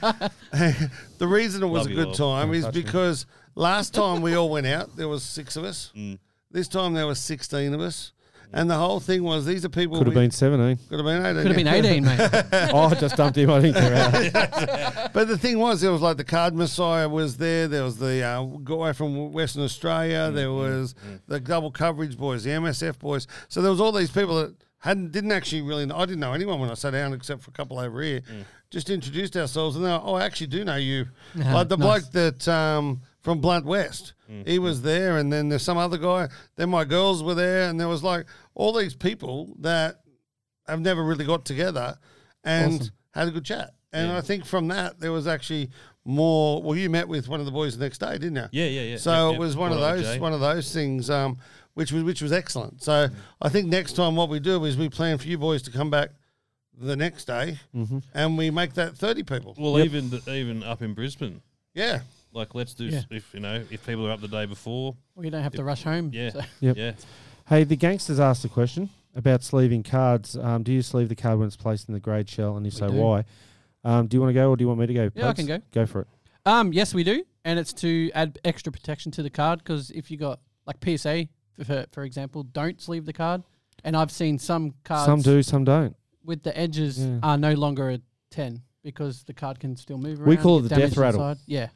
The reason it was
Love
a
you
good
all.
time is because last time we all went out, there was six of us.
Mm.
This time there was sixteen of us, and the whole thing was these are people
Could have
we-
been seventeen.
could have been eighteen.
could have been eighteen, mate.
oh, I just dumped him. I think they're out.
But the thing was, there was like the Card Messiah was there. There was the uh, guy from Western Australia. There was the double coverage boys, the MSF boys. So there was all these people that hadn't didn't actually really. Know, I didn't know anyone when I sat down except for a couple over here. Just introduced ourselves, and they were, oh, I actually do know you. like the bloke that um, from Blunt West, he was there, and then there's some other guy. Then my girls were there, and there was like all these people that have never really got together and had a good chat. And I think from that there was actually more. Well, you met with one of the boys the next day, didn't you?
Yeah, yeah, yeah.
So
Yep,
it
yep.
was one of
Caught up with
those
Jay.
one of those things, um, which was which was excellent. So I think next time what we do is we plan for you boys to come back the next day, and we make that thirty people.
Mm-hmm. Well, even the, even up in Brisbane,
Yeah,
like let's do
Yeah.
s if you know if people are up the day before.
We don't have to rush home.
Yeah,
so-
Yep.
yeah.
Hey, the gangsters asked a question about sleeving cards. Um, do you sleeve the card when it's placed in the grade shell, and if so,
do.
why? Um, do you want to go, or do you want me to go?
Yeah, I
Pugs?
can go.
Go for it.
Um, yes, we do, and it's to add extra protection to the card because if you got like PSA, for, for example, don't sleeve the card. And I've seen some cards
Some do, some don't.
with the edges
Yeah.
are no longer a ten because the card can still move. around.
We call it the
get
death
damaged
rattle.
inside. Yeah,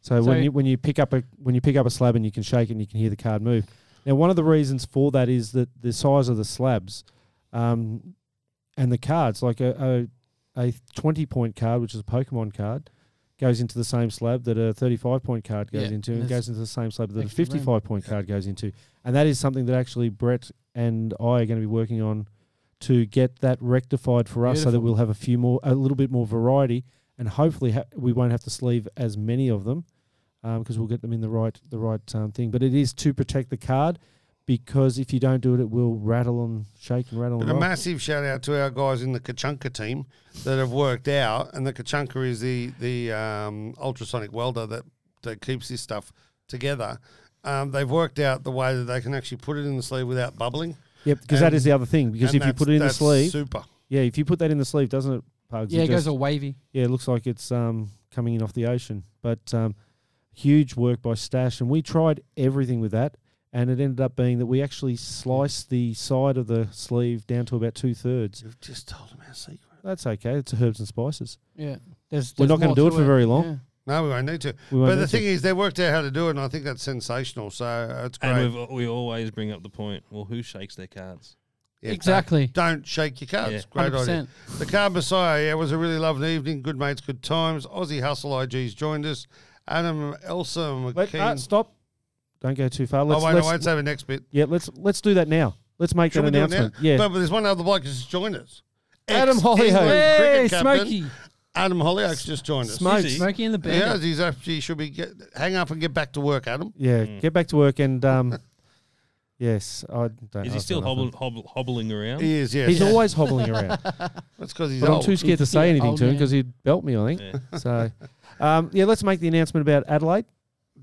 So,
So-
when you when you pick up a when you pick up a slab and you can shake it and you can hear the card move. Now, one of the reasons for that is that the size of the slabs, um, and the cards like a, a a twenty point card, which is a Pokemon card, goes into the same slab that a thirty five point card goes
Yeah,
into,
and
and
there's
goes into the same slab that a
extra room.
fifty five point card goes into, and that is something that actually Brett and I are going to be working on to get that rectified for us, so that
Beautiful.
we'll have a few more, a little bit more variety, and hopefully ha- we won't have to sleeve as um, many of them because we'll get them in the right the right um, thing. But it is to protect the card, because if you don't do it, it will rattle and shake and rattle
But
and
a
rock.
massive shout out to our guys in the Kachunka team that have worked out, and the Kachunka is the the um, ultrasonic welder that that keeps this stuff together. Um, they've worked out the way that they can actually put it in the sleeve without bubbling.
Yep, because that
and-
is the other thing. Because
and
if you
that's-
put it in the
that's
sleeve,
super.
yeah, if you put that in the sleeve, doesn't it, Pugs?
Yeah, it goes
just-
all wavy.
Yeah, it looks like it's um, coming in off the ocean. But um, huge work by Stash, and we tried everything with that, and it ended up being that we actually sliced the side of the sleeve down to about two thirds.
You've just told them our secret.
That's okay. It's herbs and spices.
Yeah. There's,
We're
there's
not gonna
more
do it for very long.
Yeah.
No, we won't need to.
We won't
but the
need to.
thing is, they worked out how to do it, and I think that's sensational. So uh, it's great.
And we've, we always bring up the point. Well, who shakes their cards?
Yeah,
Exactly.
Don't, don't shake your cards.
Yeah.
Great idea.
100%.
The Card Messiah, yeah, it was a really lovely evening. Good mates, good times. Aussie Hustle IG's joined us. Adam Elsa
Let, uh,
McKean.
stop. Don't go too far.
oh,
Let's,
wait,
let's,
I won't say the next bit.
yeah, let's let's do that now. Let's make
Should
an
we do it now?
announcement. Yeah.
No, but there's one other bloke who's just joined us.
Adam
Ex-England
Hollyhock.
Hey,
cricket captain,
Smokey.
Adam Hollyoak's just joined us.
Smokes.
Is he?
Smokey in the band.
Yeah, he's actually should be get, hang up and get back to work, Adam.
Yeah,
Hmm.
get back to work and um, yes, I don't.
Is
know
he
if
still
I know.
hobble, hobble, hobbling around?
He is, yes.
He's always hobbling around.
That's because he's
But I'm
old.
too scared to say
Yeah,
anything
old
to him
man.
because he'd belt me. I think
Yeah.
so. Um, yeah, let's make the announcement about Adelaide.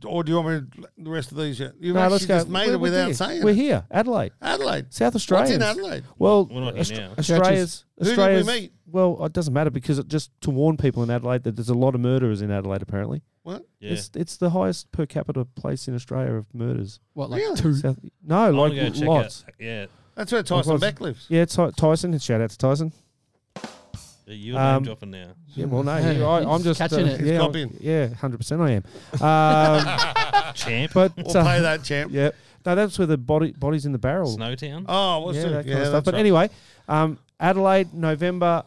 Or do you want me to, the rest of these yet? You've
No,
actually
let's go.
just made
We're-
it
we're
without
here.
saying
We're
it.
here, Adelaide,
Australia.
South Australia.
What's in Adelaide?
Well,
We're not here
Aust-
now.
Australia's
Who did we
Australia's.
meet?
Well, it doesn't matter because it just to warn people in Adelaide that there's a lot of murderers in Adelaide. Apparently,
What?
Yeah.
it's it's the highest per capita place in Australia of murders.
What, like
Really?
two?
South, no,
I wanna
like
go check
lots.
Out, yeah.
That's where Tyson
was-
Beck lives.
Yeah, Ty- Tyson. Shout out to Tyson.
You're
Um,
name dropping now.
Yeah, well, no,
Yeah,
you- I,
he's
I'm just
catching
uh,
it.
Yeah,
Cop
I'm-
in.
yeah, hundred percent, I am. Um,
Champ.
but
We'll
uh,
play that, champ.
Yeah. No, that's where the body body's in the barrel.
Snowtown.
Oh, what's
yeah,
the
that kind
yeah,
of stuff.
that's
But
right.
anyway, um, Adelaide, November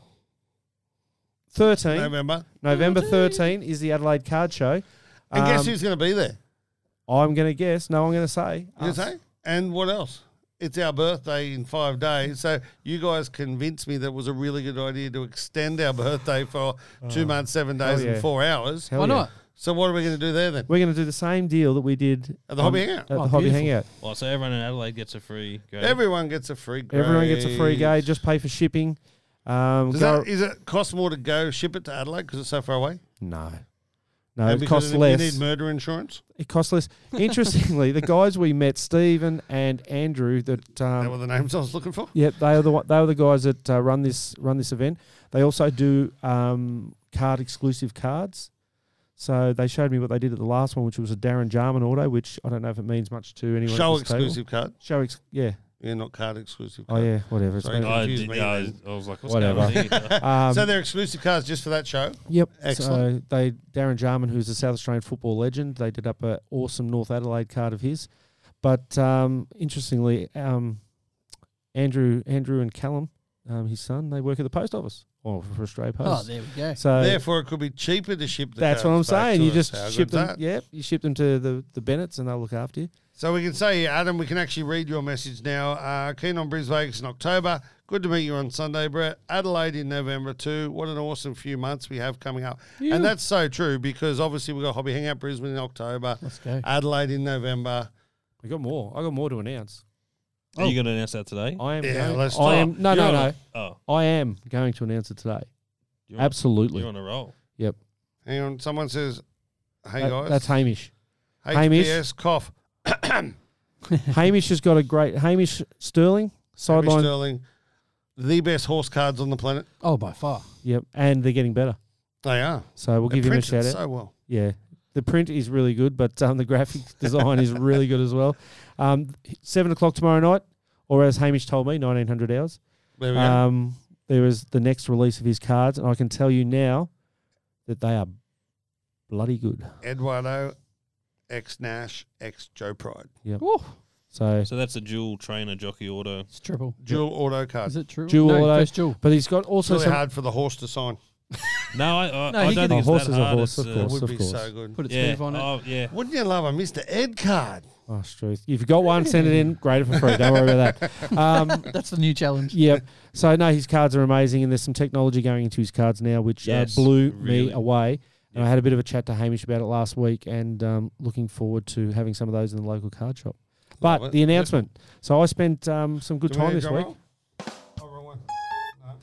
13. November,
November.
13 is the Adelaide Card Show.
And guess
Um,
who's going to be there?
I'm going to guess. No, I'm going to say.
You
us.
say? And what else? It's our birthday in five days, so you guys convinced me that it was a really good idea to extend our birthday for two months, seven days,
Oh. yeah.
and four hours.
Hell
Why
yeah.
not?
So what are we going to do there then?
We're going to do the same deal that we did um,
At the hobby hangout.
at the
Oh,
Hobby
beautiful.
Hangout.
Well, so everyone in Adelaide gets a free. Grade.
Everyone gets a free. Grade.
Everyone gets a free go. Just pay for shipping. Um,
Does
go-
that, is it cost more to go ship it to Adelaide because it's so far away?
no. No,
And
it
because
costs
you
less.
need murder insurance.
It costs less. Interestingly, the guys we met, Stephen and Andrew, that um,
that were the names I was looking for.
Yep, they are the one- they are the guys that uh, run this run this event. They also do um, card exclusive cards. So they showed me what they did at the last one, which was a Darren Jarman auto, which I don't know if it means much to anyone. at
Show
this table.
exclusive card.
Show ex- yeah.
Yeah, not card exclusive.
Oh
Card.
yeah, whatever. It's
Sorry,
made-
I,
Confused
did,
me
yeah, I, was,
then.
I was like, what's
Whatever.
going on here?
um,
so they're exclusive cards just for that show.
Yep.
Excellent.
So they Darren Jarman, who's a South Australian football legend, they did up an awesome North Adelaide card of his. But um, interestingly, um, Andrew Andrew and Callum, um, his son, they work at the post office or for Australia Post.
Oh, there we go.
so
Therefore, it could be cheaper to ship. The
Uh, That's what I'm
cards back
saying.
to
You
us.
just
How
ship
good's
them.
that?
Yep, you ship them to the the Bennetts, and they'll look after you.
So we can say, Adam, we can actually read your message now. Uh, keen on Brisbane Vegas in October. Good to meet you on Sunday, Brett. Adelaide in November too. What an awesome few months we have coming up. And that's so true because obviously we've got Hobby Hangout Brisbane in October,
Let's go.
Adelaide in November.
I got more. I got more to announce.
Are you going to announce that today?
I am.
Yeah,
going,
let's
Oh. I
not.
am. No, no,
You're-
no.
Oh,
I am going to announce it today.
you're on,
Absolutely.
you're on a roll.
Yep.
Hang on, someone says, hey
That-
guys.
That's Hamish. Hamish.
HPS cough.
Hamish has got a great Hamish Sterling
Hamish
sideline.
Sterling, the best horse cards on the planet.
Oh, by far.
Yep, and they're getting better.
They are.
So we'll
They
give him a
print it
shout out.
So well.
Yeah. The print is really good, but um, the graphic design is really good as well. Um, seven o'clock tomorrow night, or as Hamish told me, nineteen hundred hours.
There we go.
Um, there is the next release of his cards, and I can tell you now that they are bloody good.
Eduardo, ex Nash, ex Joe Pride.
Woo.
So,
So that's a dual trainer jockey order.
It's triple.
Dual auto
Is
cards.
it true?
Jewel
no,
auto.
first Uh, jewel.
but he's got
It's
also
really
some.
hard for the horse to sign.
No, I, I,
No,
I
he
don't
can-
think it's
A horse
that
is a
hard.
horse,
It's,
of
uh,
It
course.
would be
course.
so good.
Put its
yeah.
move on it.
Oh, yeah.
Wouldn't you love a Mr. Ed card?
Oh, it's truth. If you got one, send it in. Great for free. Don't worry about that. Um,
That's the new challenge.
yep. So no, his cards are amazing, and there's some technology going into his cards now, which
Yes,
uh, blew
really.
me away. And I had a bit of a chat to Hamish about it last week, and um, looking forward to having some of those in the local card shop. But
it.
the announcement. So I spent um, some good
Do we
time
need
this
drum
week.
roll? Oh, wrong one.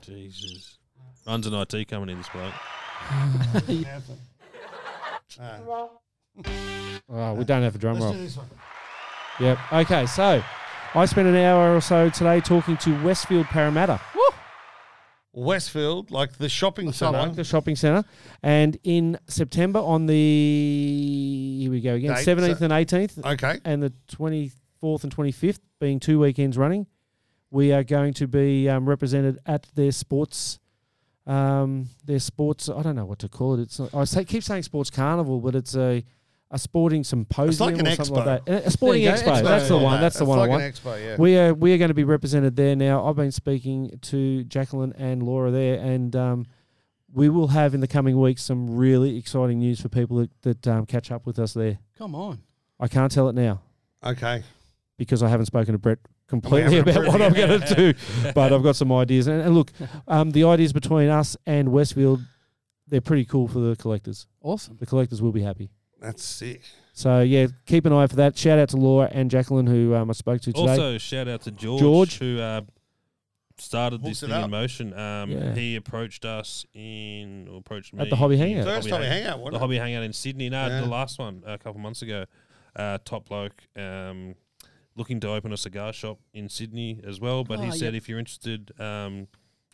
Jesus. Runs an IT company, this bloke.
Anthem. Ah.
Oh, we don't have a drum
Let's
roll.
do this one.
Yep. Okay, so I spent an hour or so today talking to Westfield Parramatta,
Westfield, like the shopping
I
centre.
like the shopping centre. And in September on the, here we go again,
Date,
17th
so-
and 18th,
okay.
and the 24th and 25th, being two weekends running, we are going to be um, represented at their sports. Um, their sports, I don't know what to call it. It's not, I say, keep saying sports carnival, but it's a a sporting
an
symposium or something like
expo.
that. A sporting
There you
expo.
go, expo,
That's the
yeah.
one. That's the one. I
like
want.
an expo, yeah.
We are we are going to be represented there now. I've been speaking to Jacqueline and Laura there, and um, we will have in the coming weeks some really exciting news for people that, that um, catch up with us there.
Come on.
I can't tell it now
okay.
because I haven't spoken to Brett
And we
completely
haven't
about what I'm going to do, but I've got some ideas. And, and look, um, the ideas between us and Westfield, they're pretty cool for the collectors.
Awesome.
The collectors will be happy.
That's sick.
So yeah, keep an eye out for that. Shout out to Laura and Jacqueline who um, I spoke to today.
Also, shout out to George,
George.
who uh, started
Hooked
this
it
thing
up.
in motion. Um,
Yeah.
He approached us in, or approached me
At the Hobby
in-
Hangout.
First time we hang out,
the
wasn't
hobby hangout in Sydney. No,
Yeah.
the last one a couple months ago. Uh, top bloke, um, looking to open a cigar shop in Sydney as well. But
Oh,
he said,
yep.
if you're interested, um,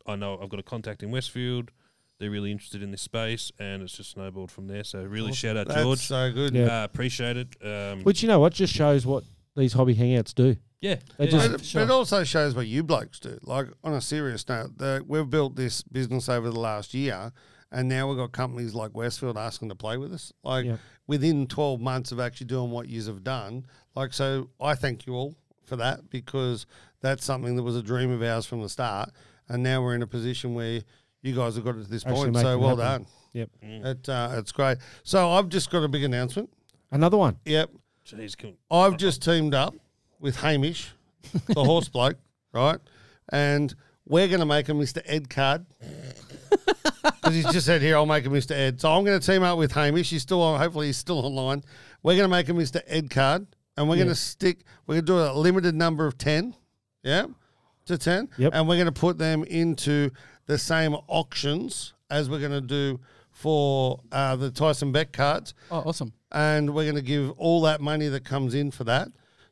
I know I've got a contact in Westfield. They're really interested in this space, and it's just snowballed from there. So really, shout
it?
out
That's
George.
so good.
Yeah.
uh, appreciate it. Um,
Which you know what just shows what these hobby hangouts do.
yeah,
They
yeah,
just-
yeah.
But, but it also shows what you blokes do. Like on a serious note, the, we've built this business over the last year, and now we've got companies like Westfield asking to play with us. Like
Yep.
within twelve months of actually doing what you have done. Like so, I thank you all for that because that's something that was a dream of ours from the start, and now we're in a position where you guys have got it to this
Actually
point.
making
So
it
well
happen.
done.
Yep.
It, uh, it's great. So I've just got a big announcement.
Another one.
Yep.
Jeez, can-
I've just teamed up with Hamish, the horse bloke, right? And we're going to make a Mr. Ed card. Because he's just said here, I'll make a Mr. Ed. So I'm going to team up with Hamish. He's still on, hopefully, he's still online. We're going to make a Mr. Ed card. And we're going to stick, we're going to do a limited number of 10. Yeah. To 10.
Yep.
And we're going to put them into the same auctions as we're going to do for uh, the Tyson Beck cards
Oh, awesome.
and we're going to give all that money that comes in for that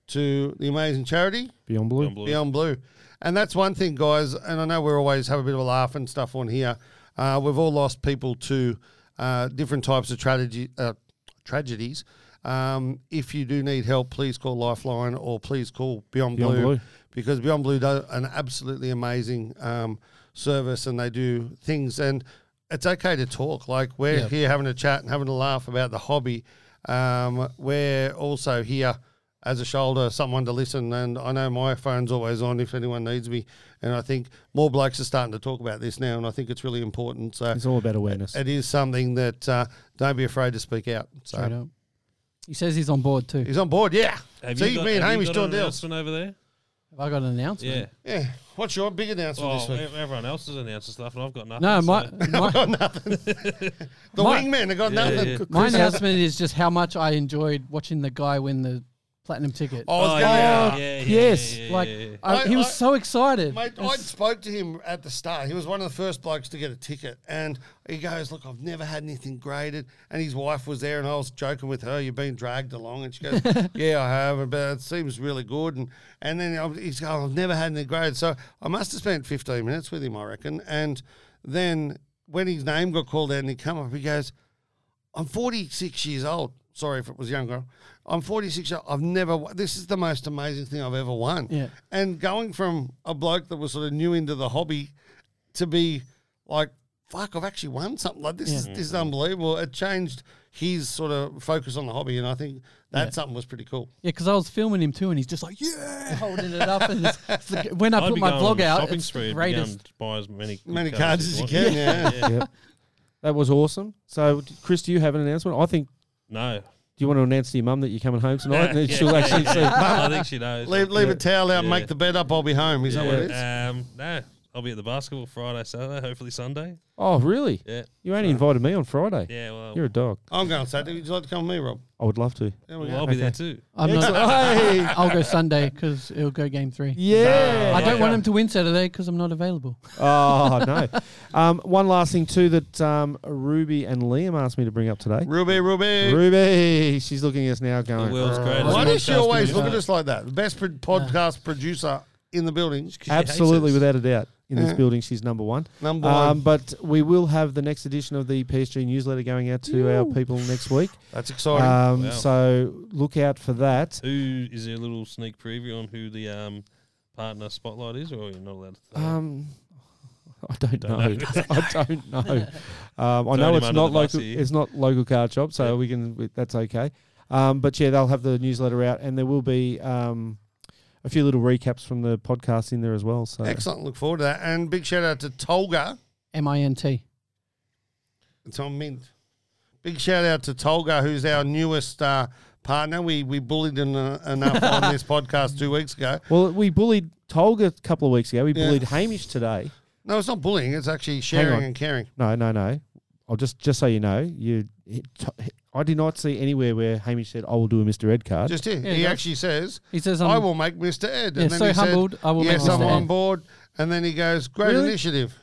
to the amazing charity
Beyond blue.
Blue.
Beyond Blue. And that's one thing, guys. And I know we always have a bit of a laugh and stuff on here. Uh, we've all lost people to uh, different types of tragedy, uh, tragedies. Um, if you do need help, please call Lifeline or please call Beyond,
Beyond
Blue,
Blue.
because Beyond Blue do an absolutely amazing um, service and they do things. And it's okay to talk. Like we're here having a chat and having a laugh about the hobby. Um, we're also here as a shoulder, someone to listen. And I know my phone's always on if anyone needs me. And I think more blokes are starting to talk about this now, and I think it's really important. So
It's all about awareness.
it is something that uh, don't be afraid to speak out. So
Straight up. He says he's on board too.
he's on board, yeah.
Have
See,
you got,
me and
have you
Hamish
got
doing
an
deals.
announcement over there?
Have I got an announcement?
Yeah.
Yeah. What's your big announcement
Well,
this week?
ev- everyone else has announced stuff, and I've got nothing.
No,
so-
my, my,
The
my-
wingman, I got
Yeah,
nothing.
yeah.
my announcement is just how much I enjoyed watching the guy win the platinum ticket.
I was
Oh,
gonna-
yeah, yeah, yeah,
yes.
yeah, yeah,
like,
yeah, yeah.
I,
I-
he was
I-
so excited.
Mate, I spoke to him at the start. He was one of the first blokes to get a ticket, and he goes, "Look, I've never had anything graded." And his wife was there, and I was joking with her, "You've been dragged along," and she goes, "Yeah, I have, but it seems really good." And and then I- he's going, "I've never had any graded," so I must have spent fifteen minutes with him, I reckon. And then when his name got called out, and he come up, he goes, I'm 46 years old. Sorry if it was younger. I'm 46 years old. I've never, wo- this is the most amazing thing I've ever won.
Yeah.
And going from a bloke that was sort of new into the hobby to be like, fuck, I've actually won something like this. Is, this is unbelievable. It changed his sort of focus on the hobby. And I think that something was pretty cool.
Yeah, because I was filming him too, and he's just like, yeah, holding it up. And it's, it's the, when I
I'd
put
be
my
going
blog out,
shopping
it's
spree,
the
I'd be going
greatest.
to buy as many good
Many cards as you
want.
can. Yeah.
Yep. That was awesome. So, d- Chris, do you have an announcement? I think.
No,
Do you want to announce to your mum that you're coming home tonight, and then
Yeah,
she'll
yeah,
actually
yeah,
see?
yeah. I think she knows.
Leave, leave a towel out and
Yeah.
make the bed up. I'll be home. Is that what it is?
Um, no, I'll be at the basketball Friday, Saturday, hopefully Sunday.
Oh, really?
Yeah.
You only invited me on Friday.
Yeah, well,
You're a dog.
I'm going Saturday. Would you like to come with me, Rob?
I would love to.
There we
well,
go.
I'll be there too.
I'm not, I'll go Sunday because it'll go game three.
Yeah.
I don't want him to win Saturday because I'm not available.
oh no. Um, one last thing too that um, Ruby and Liam asked me to bring up today.
Ruby, Ruby.
Ruby, she's looking at us now,
The
going.
world's
"Grr."
greatest.
Why does she
podcast
always
producer.
look at us like that? The best pro- podcast producer in the building.
'Cause she hates
Absolutely,
us.
without a doubt. In this
Yeah.
building, she's number one.
Number
Um,
one.
but we will have the next edition of the PSG newsletter going out to our people next week.
That's exciting.
Um,
Wow.
So look out for that.
Who is there a little sneak preview on who the um, partner spotlight is, or you're not allowed to? Tell?
Um, I don't,
Don't
know.
know.
I don't know. Um, I
Throwing
know
him
it's
under
not
the bus
local.
here.
It's not local card shop, so we can. we- That's okay. Um, but yeah, they'll have the newsletter out, and there will be um, a few little recaps from the podcast in there as well. So
Excellent. Look forward to that. And big shout out to Tolga.
M I N T.
It's on mint. Big shout out to Tolga, who's our newest uh, partner. We we bullied him uh, enough on this podcast two weeks ago.
well, we bullied Tolga a couple of weeks ago. We
Yeah.
bullied Hamish today.
No, it's not bullying. It's actually
on.
sharing and caring.
No, no, no. I'll just just so you know, you. It, I did not see anywhere where Hamish said, "I will do a Mr. Ed card."
Just here. he
that's-
actually says,
He says I'm
I will make Mr. Ed.
yeah, so
he said,
humbled. I will
yes,
make
I'm
Mr.
on
Ed.
board. And then he goes, great
Really?
initiative.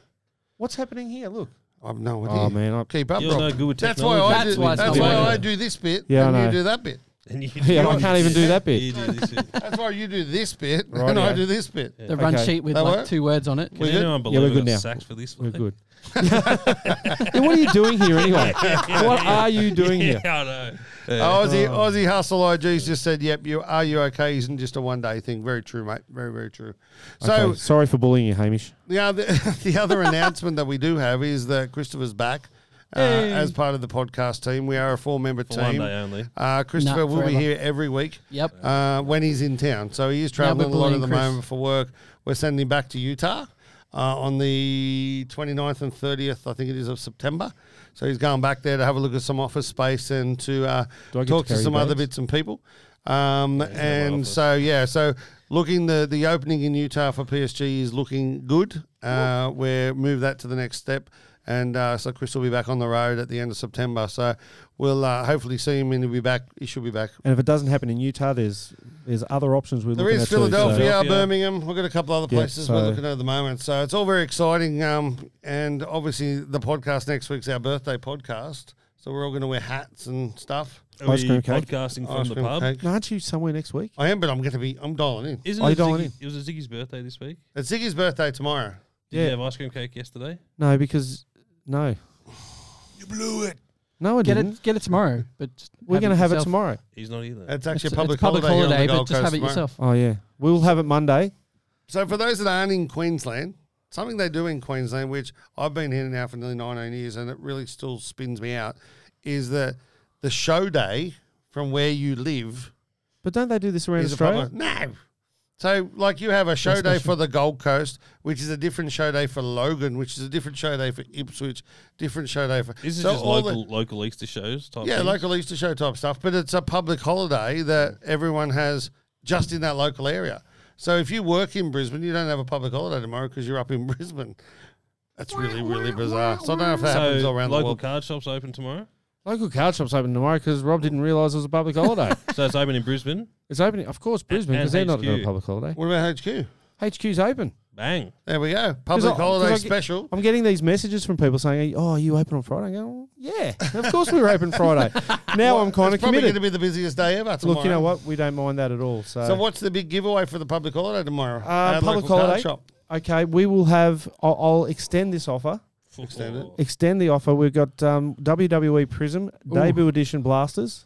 What's happening here? Look.
I've no idea.
Oh man, I,
Keep up,
You're
Rob.
no good with
That's why
technology.
I do,
That's why it's
that's
not
why
working.
I do this bit
Yeah, I
and
know.
you do that bit.
And you
Yeah, I can't even do that bit.
You do this. bit.
That's why you do this bit and
Righto.
I do this bit.
The run
Okay.
sheet with
That
like
work?
two words on it.
Can
good?
anyone believe
Yeah, we're
we
good
got
now.
sacked for
Oh,
this?
We're
bloke?
good. yeah, what are you doing here anyway? what are you doing
Yeah,
here?
I know.
Aussie, Aussie Hustle IG's just said, yep, you are you okay? Isn't just a one day thing. Very true, mate. Very, very true. So
Okay, sorry for bullying you, Hamish.
the other the other announcement that we do have is that Christopher's back. Uh, as part of the podcast team, we are a four member
For one
team.
day only.
Uh, Christopher
Not
will be
forever.
here every week
Yep.
uh, when he's in town. So he is
Now we're
traveling a lot at
bullying
the
Chris.
moment for work. We're sending him back to Utah uh, on the 29th and 30th, I think it is, of September. So he's going back there to have a look at some office space and to uh,
Do I get
talk
to
to,
carry
some other
bags?
bits and people. Um,
he's in my
and
office.
so, yeah, so looking the, the opening in Utah for PSG is looking good. Uh, we're move that to the next step. And uh, so Chris will be back on the road at the end of September. So we'll uh, hopefully see him and he'll be back. He should be back
And if it doesn't happen in Utah, there's there's other options we're
there
looking
is
at. too,
Philadelphia,
Philadelphia.
Birmingham. We've got a couple other
Yeah,
places
so-
we're looking at at the moment. So it's all very exciting. Um, and obviously, the podcast next week's our birthday podcast. So we're all going to wear hats and stuff.
Are
Ice
we
cream cake.
podcasting from
Ice
the
cream
pub?
cake.
So. No, aren't you somewhere next week?
I am, but I'm going to be, I'm dialing in.
Isn't
Are you
it,
dialing
Ziggy, it was a Ziggy's birthday this week.
It's Ziggy's birthday tomorrow.
Did
Yeah.
you have ice cream cake yesterday?
No, because no,
You blew it.
no, I
Get
didn't.
Mm-hmm.
it, get it tomorrow. But just
We're going to have it
yourself.
tomorrow.
He's not either.
It's
It's,
actually
it's
a public,
holiday,
holiday, here on the
but
Gold
just have
Coast
it
tomorrow.
yourself.
Oh yeah, we'll have it Monday.
So for those that aren't in Queensland, something they do in Queensland, which I've been here now for nearly 19 years and it really still spins me out, is that the show day from where you live –
But don't they do this around
is a
Australia?
problem. No. So, like, you have a show day for the Gold Coast, which is a different show day for Logan, which is a different show day for Ipswich, different show day for.
This is
so
just
all the-
local local Easter shows type.
yeah,
thing.
local Easter show type stuff, but it's a public holiday that everyone has just in that local area. So if you work in Brisbane, you don't have a public holiday tomorrow because you're up in Brisbane. That's really, really bizarre. So I don't know if that happens
So
all around the
local
world.
card shops open tomorrow.
Local card shops open tomorrow because Rob didn't realise it was a public holiday.
So it's open in Brisbane.
it's opening, of course, Brisbane
and
because they're not
HQ.
doing a public holiday.
What about HQ?
HQ's open.
Bang.
There we go.
'Cause
Public
I- 'cause
holiday
I get-
special.
I'm getting these messages from people saying, "Oh, are you open on Friday?" I go, "Well, "Yeah, of course we're open Friday." Now I'm kind of
It's probably going
committed.
to be the busiest day ever. Tomorrow.
Look, you know what? We don't mind that at all. So,
So what's the big giveaway for the public holiday tomorrow? Our
uh, public
local card
holiday.
shop.
Okay, we will have. I'll, I'll extend this offer.
Extend it.
Extend the offer. We've got um, WWE Prism debut edition blasters.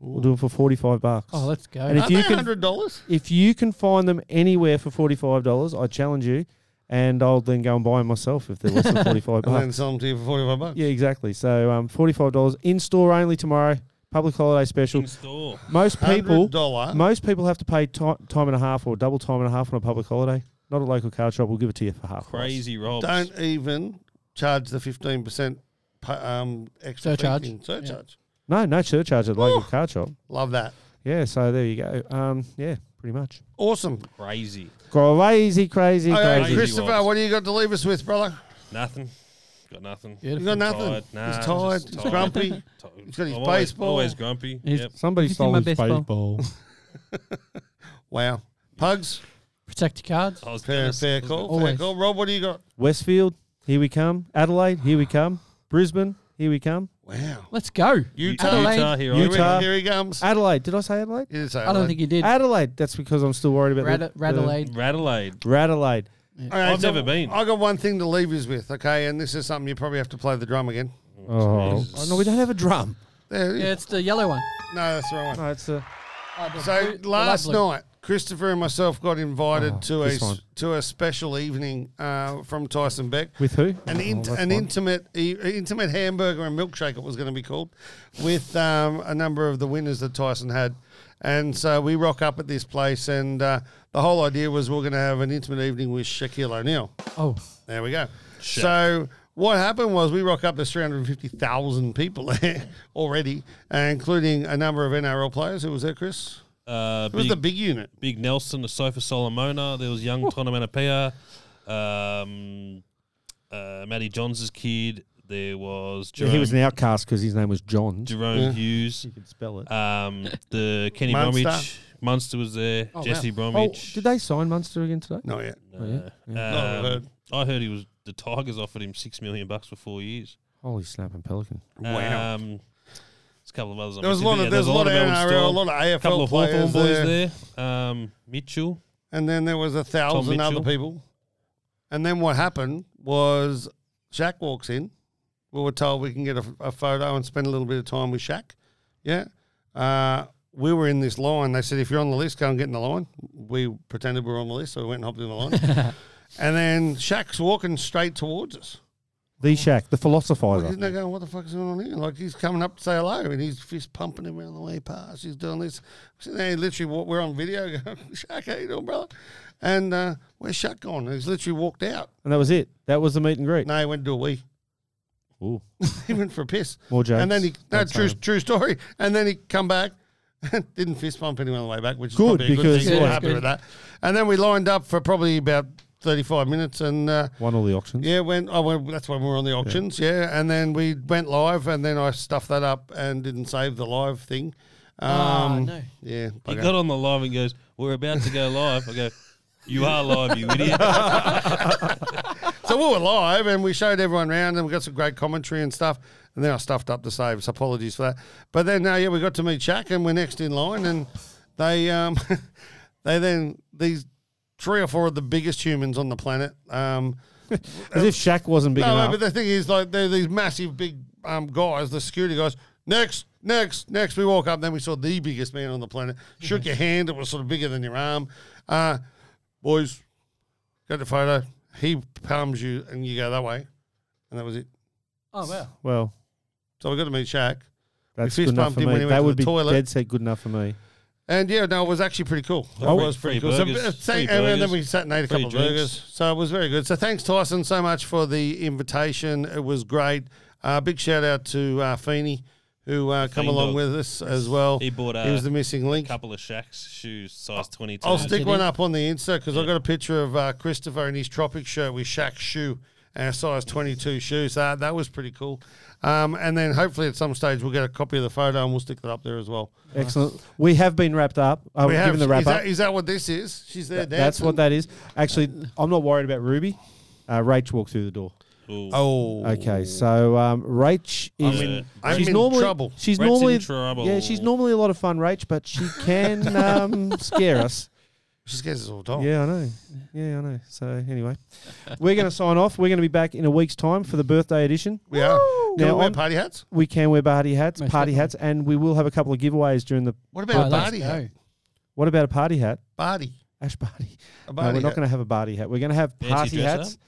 We'll do it for forty five bucks.
Oh, let's go.
And if
Are
you
they
can-
hundred dollars?
if you can find them anywhere for forty five dollars, I challenge you, and I'll then go and buy them myself if they're less than forty five
And then
bucks.
sell them to you for forty-five bucks.
Yeah, exactly. So um, forty five dollars in store only tomorrow. Public holiday special.
In store.
Most people
dollar.
Most people have to pay ti time and a half or double time and a half on a public holiday. Not a local card shop. We'll give it to you for half. price.
Crazy Robs.
Don't even charge the fifteen percent um, extra
Surcharge.
thing. surcharge.
No, no surcharge at the local card shop.
Love that.
Yeah, so there you go. Um, yeah, pretty much.
Awesome.
Crazy.
Crazy, crazy,
All right,
crazy.
Christopher,
was.
what do you got to leave us with, brother?
Nothing. Got nothing.
You got nothing.
Tired. Nah,
he's
just
tired. He's
tired.
grumpy.
T-
He's got
I'm
his
always-
baseball.
Always grumpy.
He's-
Yep.
Somebody
Just
stole
in my
his
baseball.
baseball.
Wow. Pugs.
Protect your cards.
I was
Fair,
gonna-
fair call. Fair
Always.
call. Rob, what do you got?
Westfield, here we come. Adelaide, here we come. Brisbane, here we come.
Wow.
Let's go.
Utah,
Adelaide.
Utah, here
Utah.
I am.
Here he comes.
Adelaide, did I say Adelaide?
He didn't say
I don't think you did.
Adelaide. That's because I'm still worried about
Rad-
the-
Radelaide.
Radelaide.
the- Radelaide.
All right,
I've never been.
I got one thing to leave us with, okay? And this is something you probably have to play the drum again.
Oh. oh no, we don't have a drum.
There,
Yeah, it's the yellow one.
No, that's the wrong one.
No, it's a
So
The
last
light blue.
night, Christopher and myself got invited
Oh,
to a
this one.
to a special evening uh, from Tyson Beck.
with who?
an,
Oh,
int-
that's
an
fine.
intimate e- intimate hamburger and milkshake it was going to be called with um, a number of the winners that Tyson had and so we rock up at this place and uh, the whole idea was we are going to have an intimate evening with Shaquille O'Neal
Oh,
there we go so what happened was we rock up there's 350,000 people there already uh, including a number of NRL players who was there Chris
Uh,
it was
big,
the big unit
big Nelson, the sofa Solomona. There was young Tona Manapea, um, uh, Matty Johns' kid. There was Jerome,
he was an outcast because his name was John.
Jerome Hughes.
You could spell it.
Uh,
Um, the Kenny
Munster.
Bromwich. Munster was there.
Oh,
Jesse
oh,
Bromwich.
did they sign Munster again today?
not yet
Uh,
Oh, Not
um,
heard.
I heard he was. The Tigers offered him six million bucks for four years.
Holy snap and pelican.
wow
Um, there's a couple of others. I'm
there was
missing,
a lot
but
of
yeah,
there was a lot of
Melbourne
NRL a
Storm,
lot of
a couple
AFL
of Hawthorn
players
boys
there.
there. Um, Mitchell.
And then there was a thousand other
Mitchell.
people. And then what happened was Shaq walks in. We were told we can get a, a photo and spend a little bit of time with Shaq. Yeah. Uh, we were in this line. They said, if you're on the list, go and get in the line. We pretended we were on the list, so we went and hopped in the line. and then Shaq's walking straight towards us.
The Shack, the philosophizer.
Isn't they going, what the fuck is going on here? Like, he's coming up to say hello, and he's fist pumping him around the way past. He's doing this. So they literally, wa- we're on video going, Shaq, how you doing, brother? And uh, where's Shaq gone? He's literally walked out.
And that was it. That was the meet and greet.
No, he went to a wee.
Ooh.
he went for a piss.
More jokes.
And then he, no,
That's
true,
fine.
true story. And then he come back and didn't fist pump anyone on the way back, which is
Good,
probably a
because-
good thing.
Yeah,
We're
it's
happy
good.
with that. And then we lined up for probably about 35 minutes, and uh,
Won all the auctions.
Yeah, when I went, that's when we were on the auctions. Yeah. and then we went live, and then I stuffed that up and didn't save the live thing. Um,
Ah, no.
Yeah,
He
bugger.
got on the live and goes, "We're about to go live." I go, "You are live, you idiot."
so we were live, and we showed everyone around, and we got some great commentary and stuff. And then I stuffed up the saves. Apologies for that. But then, uh, yeah, we got to meet Shaq, and we're next in line, and they, um, they then these three or four of the biggest humans on the planet. Um,
As if Shack wasn't big
No, Oh, no,
enough.
but the thing is, like, they're these massive, big um, guys, the security guys. Next, next, next. We walk up, then we saw the biggest man on the planet. Shook your hand. It was sort of bigger than your arm. Uh, boys, got the photo. He palms you, and you go that way, and that was it.
oh wow.
well,
So we got to meet Shaq.
that's
fist
good enough
bumped
for
him when
me.
he went
That
to
would
the
be
toilet.
dead set good enough for me.
And yeah, no, it was actually pretty cool. It
Oh,
was
free
pretty cool. So,
burgers,
uh,
free
thank- and then
burgers,
we sat and ate a
free
couple of
drinks.
burgers. So it was very good. So thanks, Tyson, so much for the invitation. It was great. Uh, big shout out to uh, Feeney, who uh, come
Fiend
along
dog.
with us as well.
He bought
He was the
a
missing link.
couple of Shaq's shoes, size twenty-two.
I'll stick
Did
one
he?
up on the Insta because I got a picture of uh, Christopher in his Tropic shirt with Shaq's shoe and a size 22 shoe. So that, that was pretty cool. Um, and then hopefully at some stage we'll get a copy of the photo and we'll stick that up there as well.
Excellent. We have been wrapped up. Uh, we given the wrap
is,
up.
That, is that what this is? She's there dancing.
that's what that is. Actually, I'm not worried about Ruby. Uh, Rach walked through the door.
Ooh.
Oh,
Okay, so um, Rach
I'm
is.
in-
I'm
she's
in
normally
trouble.
she's
Rach's in
normally
trouble.
yeah she's normally a lot of fun Rach but she can um, scare us
She scares us all the time.
Yeah, I know. Yeah, I know. So anyway, we're going to sign off. We're going to be back in a week's time for the birthday edition.
We are. Can we
Now
wear
on-
party hats?
We can wear party hats,
Most
party
definitely.
hats, and we will have a couple of giveaways during the.
What
Oh,
about a
let's
party hat?
go.
What about a party hat?
Party.
Ash party.
A
No,
party
we're not
hat.
going to have a party hat. We're going to have
Fancy
party
dress
hats.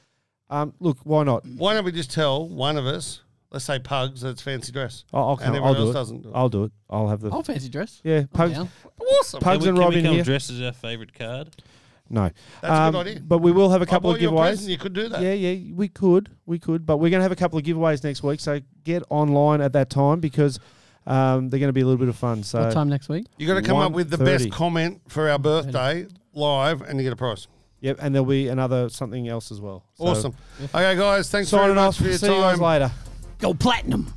Um, look, why not?
Why don't we just tell one of us, let's say Pugs, that's fancy dress.
I'll, I'll
And
come. I'll
everyone
do
else
it.
doesn't do it.
I'll do it. I'll have the.
Oh, fancy dress.
yeah,
I'm
pugs.
down.
Awesome.
Can
Pugs
we,
and
can
Robin
we come
here.
dressed as our favourite card?
no,
That's a good
Um,
idea.
But we will have a
I
couple
bought
of
you a
giveaways.
present, You could do that.
Yeah, yeah, we could, we could, but we're going to have a couple of giveaways next week. So get online at that time because Um, they're going to be a little bit of fun. So
What time next week?
You got to come up with the best
1:30.
comment for our birthday live, and you get a prize.
Yep, and there'll be another something else as well. So-
Awesome. Okay, guys, thanks very
Signing
much
off.
for your
See
time.
you guys later.
Go platinum.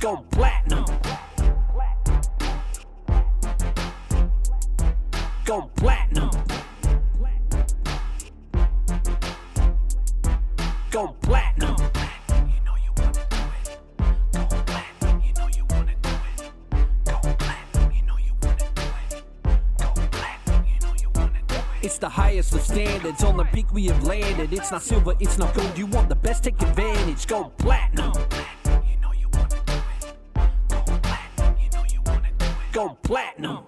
Go platinum. Go platinum. Go platinum. You know you wanna do it. Go platinum. You know you wanna do it. Go platinum. You know you wanna do it. Go platinum. You know you wanna do it. It's the highest of standards. On the peak we have landed. It's not silver. It's not gold. You want the best? Take advantage. Go platinum. You know you wanna do it. Go platinum. You know you wanna do it. Go platinum.